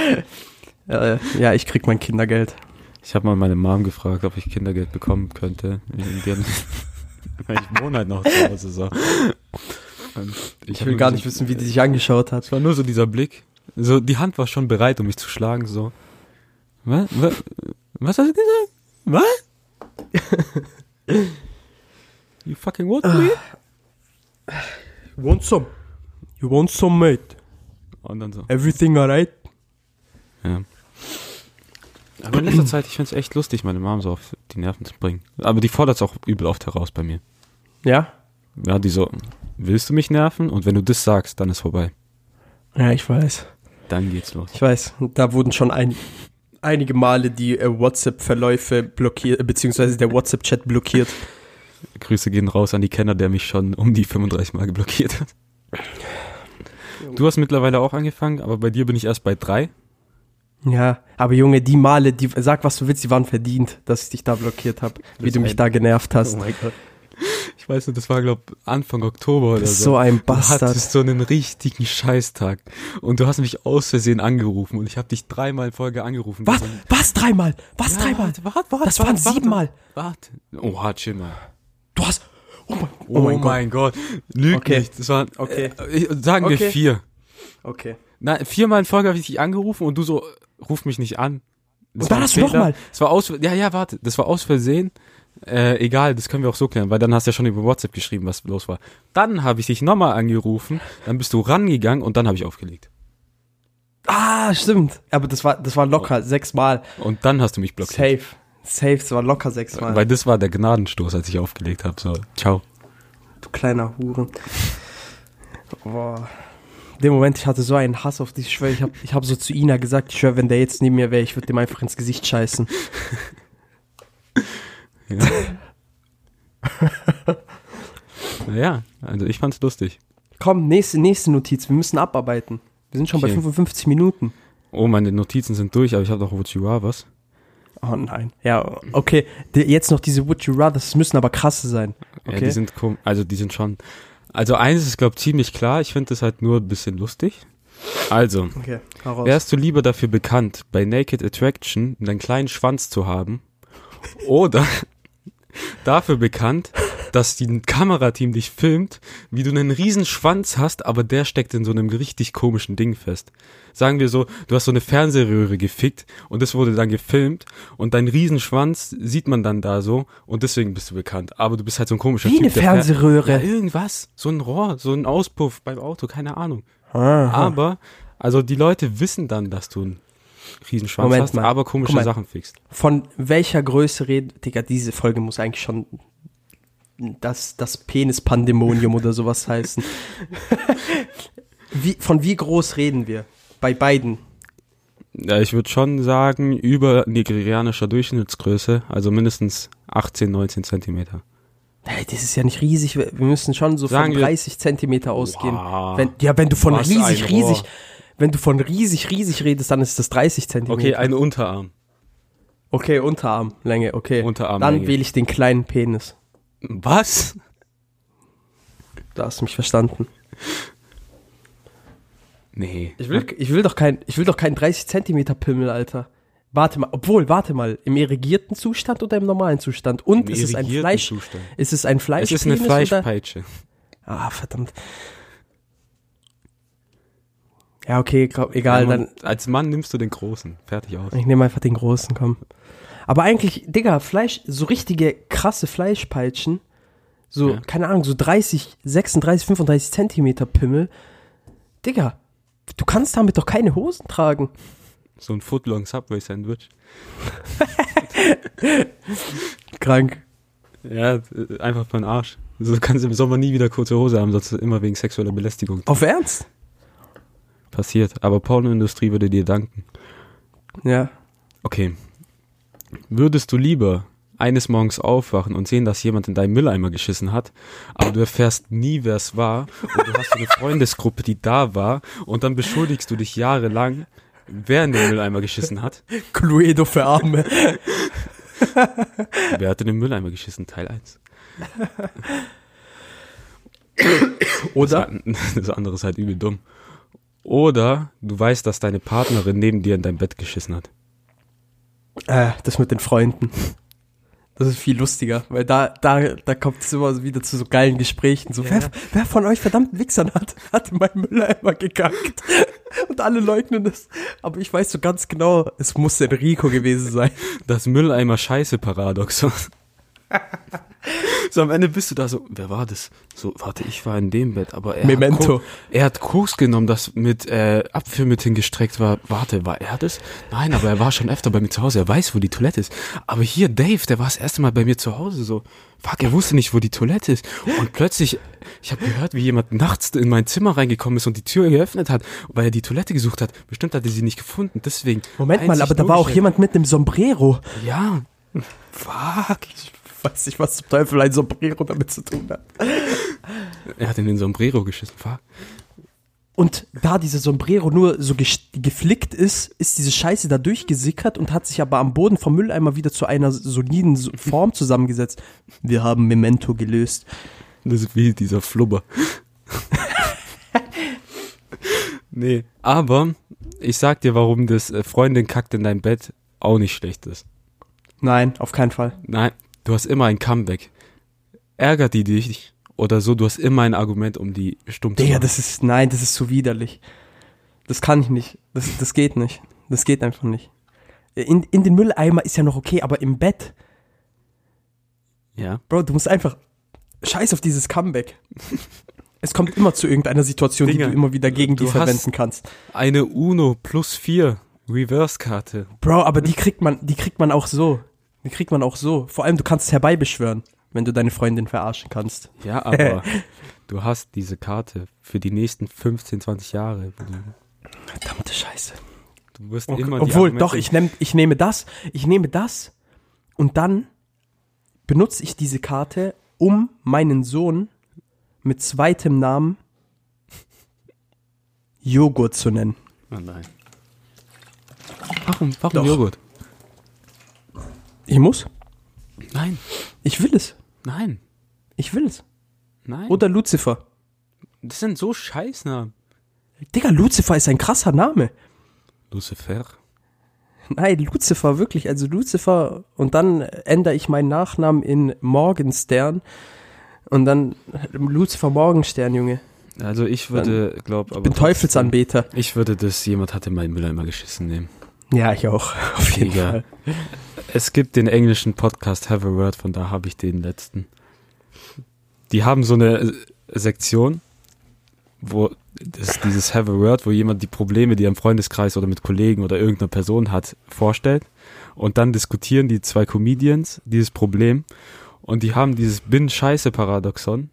S3: äh, ja, ich krieg mein Kindergeld.
S4: Ich habe mal meine Mom gefragt, ob ich Kindergeld bekommen könnte. Die haben, weil ich wohne halt noch zu Hause. So. Und
S3: Ich
S4: hab
S3: will
S4: nur
S3: gar
S4: so-
S3: nicht wissen, wie die sich angeschaut hat.
S4: Es war nur so dieser Blick. So, die Hand war schon bereit, um mich zu schlagen, so. Was? Was, was hast du gesagt? Was? you fucking what, me?
S3: You want some? You want some, mate?
S4: Und dann so.
S3: Everything alright?
S4: Ja. Aber in letzter Zeit, ich find's echt lustig, meine Mom so auf die Nerven zu bringen. Aber die fordert's auch übel oft heraus bei mir.
S3: Ja?
S4: Ja, die so, willst du mich nerven? Und wenn du das sagst, dann ist vorbei.
S3: Ja, ich weiß.
S4: Dann geht's los.
S3: Ich weiß. Da wurden schon ein, einige Male die äh, WhatsApp-Verläufe blockiert, äh, beziehungsweise der WhatsApp-Chat blockiert.
S4: Grüße gehen raus an die Kenner, der mich schon um die 35 Mal geblockiert hat. Du hast mittlerweile auch angefangen, aber bei dir bin ich erst bei drei.
S3: Ja, aber Junge, die Male, die, sag was du willst, die waren verdient, dass ich dich da blockiert habe, wie du mich da genervt hast.
S2: mein Gott.
S4: Ich weiß nicht, das war, glaube Anfang Oktober oder
S3: Bist
S4: so.
S3: so ein
S4: Du
S3: Bastard.
S4: hattest so einen richtigen Scheißtag. Und du hast mich aus Versehen angerufen und ich habe dich dreimal in Folge angerufen.
S3: Was?
S4: Und-
S3: Was? Dreimal? Was?
S4: Ja,
S3: dreimal?
S4: Warte, warte, warte,
S3: Das waren
S4: warte, warte,
S3: siebenmal.
S4: Warte. Oha, chill mal.
S3: Du hast. Oh mein,
S4: Oh, mein, Gott. Lüg
S3: Okay.
S4: nicht. Das waren,
S3: Okay.
S4: äh, ich- sagen wir
S3: Okay.
S4: vier.
S3: Okay.
S4: Nein, viermal in Folge habe ich dich angerufen und du so, ruf mich nicht an. Das
S3: Und dann
S4: war ein
S3: hast du noch
S4: Fehler.
S3: mal.
S4: Das war aus, ja, ja, warte, das war aus Versehen. Äh, egal, das können wir auch so klären, weil dann hast du ja schon über WhatsApp geschrieben, was los war. Dann habe ich dich nochmal angerufen, dann bist du rangegangen und dann habe ich aufgelegt.
S3: Ah, stimmt. Aber das war, das war locker sechsmal.
S4: Und dann hast du mich blockiert.
S3: Safe. Safe, das war locker sechsmal.
S4: Weil das war der Gnadenstoß, als ich aufgelegt habe. So, ciao.
S3: du kleiner Huren. Boah. In dem Moment, ich hatte so einen Hass auf dich. Ich schwöre, ich habe ich hab so zu Ina gesagt, ich schwöre, wenn der jetzt neben mir wäre, ich würde dem einfach ins Gesicht scheißen.
S4: Ja. naja, also ich fand's lustig.
S3: Komm, nächste, nächste Notiz. Wir müssen abarbeiten. Wir sind schon bei
S4: Okay.
S3: 55 Minuten.
S4: Oh, meine Notizen sind durch, aber ich habe noch Would You Are was.
S3: Oh nein. Ja, okay. Der- Jetzt noch diese Would You Rather. Das müssen aber krasse sein.
S4: Ja, die
S3: Okay.
S4: sind kom also die sind schon. Also eines ist, glaube ich, ziemlich klar. Ich finde das halt nur ein bisschen lustig. Also,
S3: okay, hau raus.
S4: wärst du lieber dafür bekannt, bei Naked Attraction einen kleinen Schwanz zu haben? Oder dafür bekannt, dass die- ein Kamerateam dich filmt, wie du einen riesen Schwanz hast, aber der steckt in so einem richtig komischen Ding fest. Sagen wir so, du hast so eine Fernsehröhre gefickt und das wurde dann gefilmt und dein Riesenschwanz sieht man dann da so und deswegen bist du bekannt. Aber du bist halt so ein komischer
S3: Wie
S4: Typ.
S3: eine
S4: der Fer-
S3: Fernsehröhre.
S4: Ja, irgendwas. So ein Rohr, so ein Auspuff beim Auto, keine Ahnung.
S3: Aha.
S4: Aber, also die Leute wissen dann, dass du einen Riesenschwanz
S3: Moment
S4: hast,
S3: mal.
S4: aber
S3: Guck
S4: komische
S3: mal.
S4: Sachen fickst.
S3: Von welcher Größe redet, Digga, diese Folge muss eigentlich schon das, das Penis-Pandemonium oder sowas heißen. wie, von wie groß reden wir? Bei beiden.
S4: Ja, ich würde schon sagen, über nigerianischer Durchschnittsgröße, also mindestens 18, 19 Zentimeter.
S3: Hey, das ist ja nicht riesig. Wir wir müssen schon so
S4: Sagen
S3: von
S4: wir-
S3: 30 Zentimeter ausgehen.
S4: Wow.
S3: Wenn, ja, wenn du von
S4: Was
S3: riesig,
S4: ein
S3: riesig,
S4: Rohr.
S3: wenn du von riesig, riesig redest, dann ist das 30 Zentimeter.
S4: Okay, ein Unterarm.
S3: Okay, Unterarmlänge, okay.
S4: Unterarmlänge.
S3: Dann wähle ich den kleinen Penis.
S4: Was?
S3: Da hast du mich verstanden.
S4: Nee.
S3: Ich will, ich will doch kein, ich will doch keinen 30 Zentimeter Pimmel, Alter. Warte mal, obwohl, warte mal, im irrigierten Zustand oder im normalen Zustand? Und
S4: Im
S3: ist es ein
S4: irrigierten
S3: Fleisch?
S4: Zustand.
S3: Ist es ein Fleisch?
S4: Es ist eine
S3: Oder?
S4: Fleischpeitsche.
S3: Ah, verdammt. Ja, okay, komm, egal,
S4: Ja,
S3: dann
S4: Mann, als Mann nimmst du den großen. Fertig aus.
S3: ich nehme einfach den großen, komm. Aber eigentlich, Digga, Fleisch, so richtige krasse Fleischpeitschen, so,
S4: Ja.
S3: keine Ahnung, so 30, 36, 35 Zentimeter Pimmel. Digga, du kannst damit doch keine Hosen tragen.
S4: So ein Footlong Subway Sandwich.
S3: Krank.
S4: Ja, äh, einfach für den Arsch. Also du kannst im Sommer nie wieder kurze Hose haben, sonst immer wegen sexueller Belästigung
S3: Auf Ernst?
S4: passiert. Aber Pornoindustrie würde dir danken.
S3: Ja.
S4: Okay. Würdest du lieber eines Morgens aufwachen und sehen, dass jemand in deinem Mülleimer geschissen hat, aber du erfährst nie, wer es war und du hast so eine Freundesgruppe, die da war und dann beschuldigst du dich jahrelang, wer in den Mülleimer geschissen hat?
S3: Cluedo für Arme.
S4: Wer hat in den Mülleimer geschissen? Teil 1.
S3: Oder?
S4: Das andere ist halt übel dumm. Oder du weißt, dass deine Partnerin neben dir in dein Bett geschissen hat.
S3: Äh, das mit den Freunden. Das ist viel lustiger, weil da, da, da kommt es immer wieder zu so geilen Gesprächen. So, wer, wer von euch verdammten Wichsern hat, hat in meinen Mülleimer gekackt. Und alle leugnen es. Aber ich weiß so ganz genau, es muss Enrico gewesen sein.
S4: Das Mülleimer-Scheiße-Paradoxon. So am Ende bist du da so, wer war das? So, warte, ich war in dem Bett, aber er Hat
S3: Memento.
S4: Ko- er hat Koks genommen, das mit äh, Abführmitteln gestreckt war. Warte, war er das? Nein, aber er war schon öfter bei mir zu Hause. Er weiß, wo die Toilette ist. Aber hier Dave, der war das erste Mal bei mir zu Hause so. Fuck, er wusste nicht, wo die Toilette ist. Und plötzlich, ich habe gehört, wie jemand nachts in mein Zimmer reingekommen ist und die Tür geöffnet hat, weil er die Toilette gesucht hat. Bestimmt hat er sie nicht gefunden. Deswegen.
S3: Moment mal,
S4: einzig
S3: aber da war auch
S4: logische-
S3: jemand mit einem Sombrero.
S4: Ja,
S3: Fuck, ich weiß nicht, was zum Teufel ein Sombrero damit zu tun hat.
S4: er hat in den Sombrero geschissen. Fuck.
S3: Und da diese Sombrero nur so ges- geflickt ist, ist diese Scheiße da durchgesickert und hat sich aber am Boden vom Mülleimer wieder zu einer soliden S- Form zusammengesetzt. Wir haben Memento gelöst.
S4: Das ist wie dieser Flubber. nee, aber ich sag dir, warum das äh, Freundin kackt in dein Bett auch nicht schlecht ist.
S3: Nein, auf keinen Fall.
S4: Nein, du hast immer ein Comeback. Ärgert die dich oder so, du hast immer ein Argument, um die stumm zu
S3: Digga,
S4: machen.
S3: das ist, nein, das ist zu widerlich. Das kann ich nicht. Das, das geht nicht. Das geht einfach nicht. In, in den Mülleimer ist ja noch okay, aber im Bett,
S4: Ja.
S3: Bro, du musst einfach scheiß auf dieses Comeback. Es kommt immer zu irgendeiner Situation,
S4: Digga,
S3: die du immer wieder gegen die
S4: du hast-
S3: verwenden kannst.
S4: Eine Uno plus vier Reverse-Karte.
S3: Bro, aber die kriegt man, die kriegt man auch so. Die kriegt man auch so. Vor allem, du kannst es herbeibeschwören, wenn du deine Freundin verarschen kannst.
S4: Ja, aber du hast diese Karte für die nächsten 15, 20 Jahre. Du,
S3: Verdammte Scheiße.
S4: du wirst
S3: Okay.
S4: immer die
S3: Obwohl,
S4: Argumente-
S3: doch, ich, nehm, ich nehme das, ich nehme das und dann benutze ich diese Karte, um meinen Sohn mit zweitem Namen Joghurt zu nennen.
S4: Oh nein. Warum, warum
S3: Doch.
S4: Joghurt?
S3: Ich muss.
S4: Nein,
S3: Ich will es.
S4: nein,
S3: Ich will es.
S4: nein.
S3: Oder Lucifer.
S4: das sind so Scheißnamen.
S3: Digga, Lucifer ist ein krasser Name.
S4: Lucifer.
S3: Nein, Lucifer, wirklich. Also Lucifer und dann ändere ich meinen Nachnamen in Morgenstern und dann Lucifer Morgenstern, Junge.
S4: Also ich würde, glaub, aber
S3: Ich bin Teufelsanbeter.
S4: Ich würde das, jemand hatte meinen Müller immer geschissen nehmen.
S3: Ja, ich auch. Auf jeden
S4: Digga.
S3: Fall.
S4: Es gibt den englischen Podcast Have a Word, von da habe ich den letzten. Die haben so eine äh, Sektion, wo das ist dieses Have a Word, wo jemand die Probleme, die er im Freundeskreis oder mit Kollegen oder irgendeiner Person hat, vorstellt. Und dann diskutieren die zwei Comedians dieses Problem. Und die haben dieses Bin-Scheiße-Paradoxon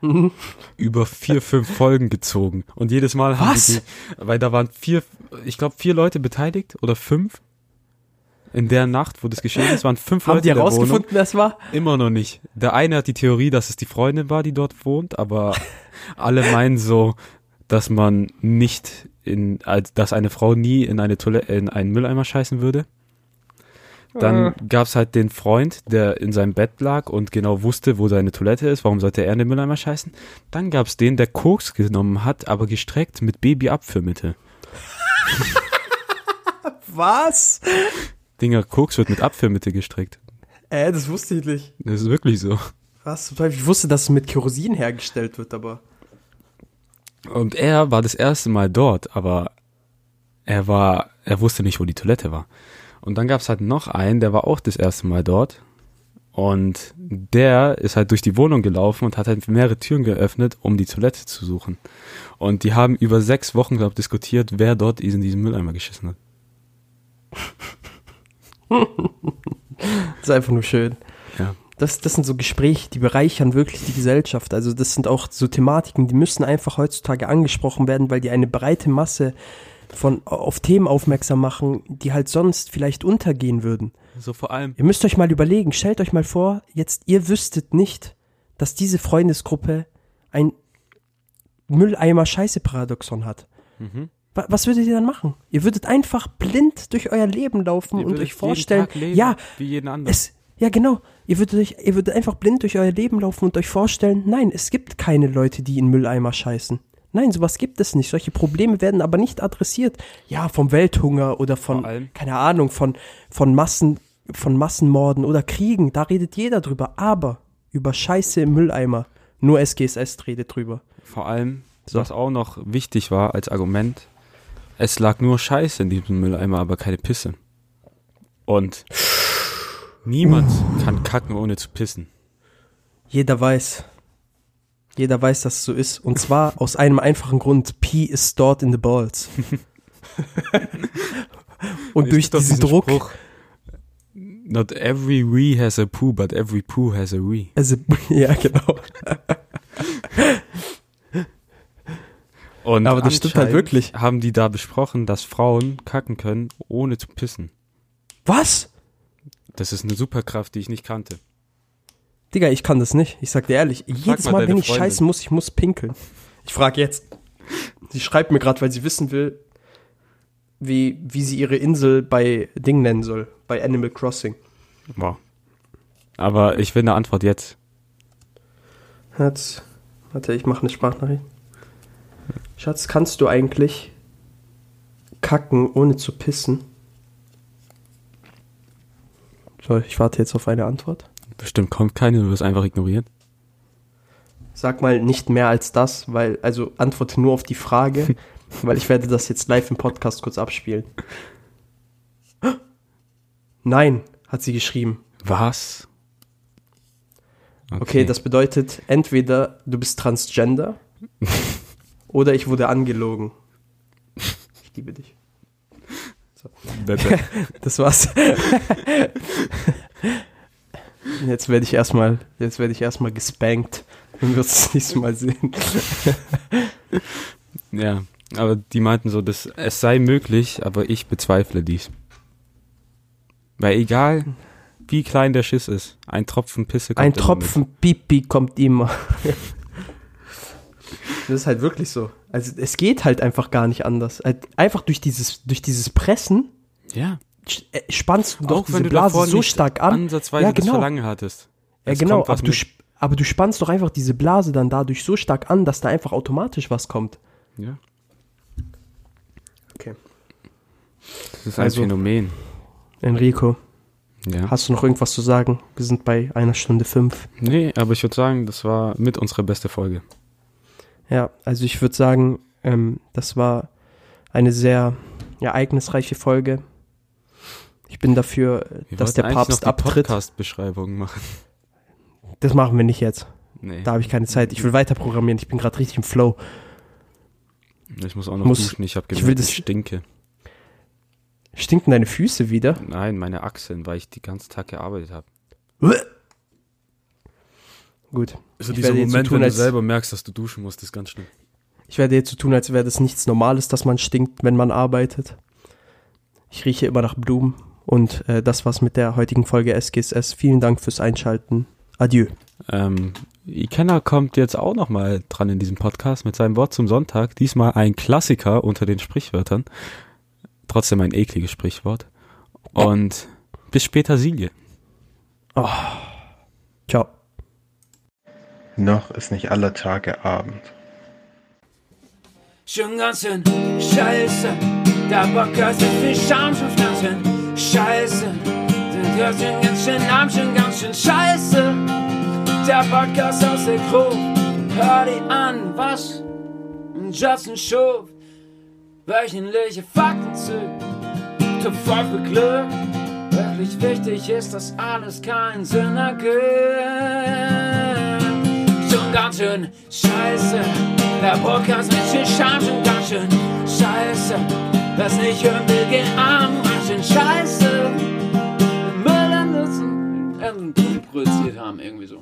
S3: Mhm.
S4: über vier, fünf Folgen gezogen. Und jedes Mal haben
S3: Was?
S4: die, die- weil da waren vier, ich glaube vier Leute beteiligt oder fünf. In der Nacht, wo das geschehen ist, waren fünf
S3: Haben
S4: Leute
S3: die
S4: in der
S3: herausgefunden,
S4: Wohnung.
S3: wer es war?
S4: Immer noch nicht. Der eine hat die Theorie, dass es die Freundin war, die dort wohnt, aber alle meinen so, dass man nicht in, als, dass eine Frau nie in eine Toilette, in einen Mülleimer scheißen würde.
S3: Ah.
S4: Dann gab's halt den Freund, der in seinem Bett lag und genau wusste, wo seine Toilette ist. Warum sollte er in den Mülleimer scheißen? Dann gab's den, der Koks genommen hat, aber gestreckt mit Babyabführmittel.
S3: Was?
S4: Dinger, Koks wird mit Abführmittel gestreckt.
S3: Äh, das wusste ich nicht.
S4: Das ist wirklich so.
S3: Was zum Teufel? Ich wusste, dass es mit Kerosin hergestellt wird, aber.
S4: Und er war das erste Mal dort, aber er war, er wusste nicht, wo die Toilette war. Und dann gab's halt noch einen, der war auch das erste Mal dort. Und der ist halt durch die Wohnung gelaufen und hat halt mehrere Türen geöffnet, um die Toilette zu suchen. Und die haben über sechs Wochen, glaube ich, diskutiert, wer dort in diesen Mülleimer geschissen hat.
S3: Das ist einfach nur schön.
S4: Ja.
S3: Das, das sind so Gespräche, die bereichern wirklich die Gesellschaft. Also das sind auch so Thematiken, die müssen einfach heutzutage angesprochen werden, weil die eine breite Masse von auf Themen aufmerksam machen, die halt sonst vielleicht untergehen würden.
S4: So vor allem.
S3: Ihr müsst euch mal überlegen, stellt euch mal vor, jetzt ihr wüsstet nicht, dass diese Freundesgruppe ein Mülleimer Scheiße Paradoxon hat. Wa- Was würdet ihr dann machen? Ihr würdet einfach blind durch euer Leben laufen und euch vorstellen, ja,
S4: Wie jeden anderen.
S3: es, ja, genau. Ihr würdet, euch, ihr würdet einfach blind durch euer Leben laufen und euch vorstellen, nein, es gibt keine Leute, die in Mülleimer scheißen. Nein, sowas gibt es nicht. Solche Probleme werden aber nicht adressiert. Ja, vom Welthunger oder von,
S4: Vor allem-
S3: keine Ahnung, von, von, Massen, von Massenmorden oder Kriegen. Da redet jeder drüber. Aber über Scheiße im Mülleimer. Nur SGSS redet drüber.
S4: Vor allem, was auch noch wichtig war als Argument, es lag nur Scheiße in diesem Mülleimer, aber keine Pisse. Und niemand kann kacken, ohne zu pissen.
S3: Jeder weiß. Jeder weiß, dass es so ist. Und zwar aus einem einfachen Grund. P is stored in the balls. Und
S4: Es
S3: durch
S4: gibt doch
S3: diesen Druck.
S4: Spruch, Not every we has a poo, but every poo has a we.
S3: Also, ja, genau.
S4: Und
S3: Aber das stimmt halt
S4: anscheinend
S3: wirklich.
S4: Haben die da besprochen, dass Frauen kacken können, ohne zu pissen.
S3: Was?
S4: Das ist eine Superkraft, die ich nicht kannte.
S3: Digga, ich kann das nicht. Ich sag dir ehrlich, jedes
S4: mal
S3: Mal,
S4: deine
S3: wenn ich
S4: Freundin.
S3: scheißen muss, ich muss pinkeln. Ich frag jetzt. Sie schreibt mir gerade, weil sie wissen will, wie, wie sie ihre Insel bei Ding nennen soll, bei Animal Crossing.
S4: Wow. Aber ich will eine Antwort jetzt.
S3: Schatz, warte, ich mache eine Sprachnachricht. Schatz, kannst du eigentlich kacken, ohne zu pissen? So, ich warte jetzt auf eine Antwort.
S4: Bestimmt kommt keine, du wirst einfach ignoriert.
S3: Sag mal nicht mehr als das, weil, also antworte nur auf die Frage, weil ich werde das jetzt live im Podcast kurz abspielen. Nein, hat sie geschrieben.
S4: Was? Hm.
S3: Okay, das bedeutet entweder du bist transgender oder ich wurde angelogen. Ich liebe dich.
S4: Bebe.
S3: Das war's. jetzt werde ich erstmal, jetzt werde ich erstmal gespankt, wenn wir uns das nächste Mal sehen.
S4: ja, aber die meinten so, dass es sei möglich, aber ich bezweifle dies. Weil egal, wie klein der Schiss ist, ein Tropfen Pisse kommt
S3: Ein
S4: immer
S3: Tropfen Pipi kommt immer. Das ist halt wirklich so. Also es geht halt einfach gar nicht anders. Halt Einfach durch dieses, durch dieses Pressen
S4: Mit. Ja,
S3: sch- äh, spannst du doch
S4: auch
S3: diese
S4: wenn du
S3: Blase
S4: davor
S3: so
S4: nicht
S3: stark an.
S4: ansatzweise
S3: ja,
S4: das
S3: genau.
S4: Verlangen hattest.
S3: Ja,
S4: Es
S3: genau.
S4: kommt was
S3: Aber du,
S4: mit.
S3: sp- aber du spannst doch einfach diese Blase dann dadurch so stark an, dass da einfach automatisch was kommt.
S4: ja,
S3: Okay.
S4: das ist ein
S3: Also-
S4: Phänomen.
S3: Enrico.
S4: Ja.
S3: Hast du noch irgendwas zu sagen? Wir sind bei einer Stunde fünf.
S4: Nee, aber ich würde sagen, das war mit unsere beste Folge.
S3: Ja, also ich würde sagen, ähm, das war eine sehr ereignisreiche Folge. Ich bin dafür, äh,
S4: Wir
S3: dass
S4: wollten
S3: der
S4: eigentlich
S3: Papst
S4: noch die
S3: abtritt.
S4: Podcast-Beschreibung machen.
S3: Das machen wir nicht jetzt.
S4: Nee,
S3: Da habe ich keine Zeit. Ich will weiter programmieren. Ich bin gerade richtig im Flow.
S4: ich muss auch noch
S3: muss-
S4: duschen. Ich habe
S3: ich
S4: gemerkt,
S3: will
S4: ich,
S3: das-
S4: stinke.
S3: Stinken deine Füße wieder?
S4: Nein, meine Achseln, weil ich den ganzen Tag gearbeitet habe.
S3: Gut.
S4: Also
S3: Ich
S4: dieser
S3: werde jetzt so
S4: Moment,
S3: tun,
S4: wenn du
S3: als-
S4: selber merkst, dass du duschen musst, ist ganz schlimm.
S3: Ich werde jetzt so tun, als wäre das nichts Normales, dass man stinkt, wenn man arbeitet. Ich rieche immer nach Blumen. Und äh, das war's mit der heutigen Folge SGSS. Vielen Dank fürs Einschalten. Adieu.
S4: Ähm, Ikenna kommt jetzt auch nochmal dran in diesem Podcast mit seinem Wort zum Sonntag. Diesmal ein Klassiker unter den Sprichwörtern. Trotzdem ein ekliges Sprichwort. Und bis später, Silje.
S3: Ciao.
S5: Noch ist nicht aller Tage Abend.
S1: Schon ganz schön scheiße, der Bock hast du viel Scham, schon ganz schön scheiße. Sind wir schon ganz schön arm, schon ganz schön scheiße. Der Podcast aus der Crew, hör dir an, was? Justin Schuf, wöchentliche Fakten zu, zu voll für Glück. Wirklich wichtig ist, dass alles keinen Sinn ergibt. Schon ganz schön scheiße, der Podcast mit viel Scham, schon ganz schön scheiße. Wer's nicht hören will, geh arm, ganz schön scheiße. Müll an Nutzen, irgendwie produziert haben, irgendwie so.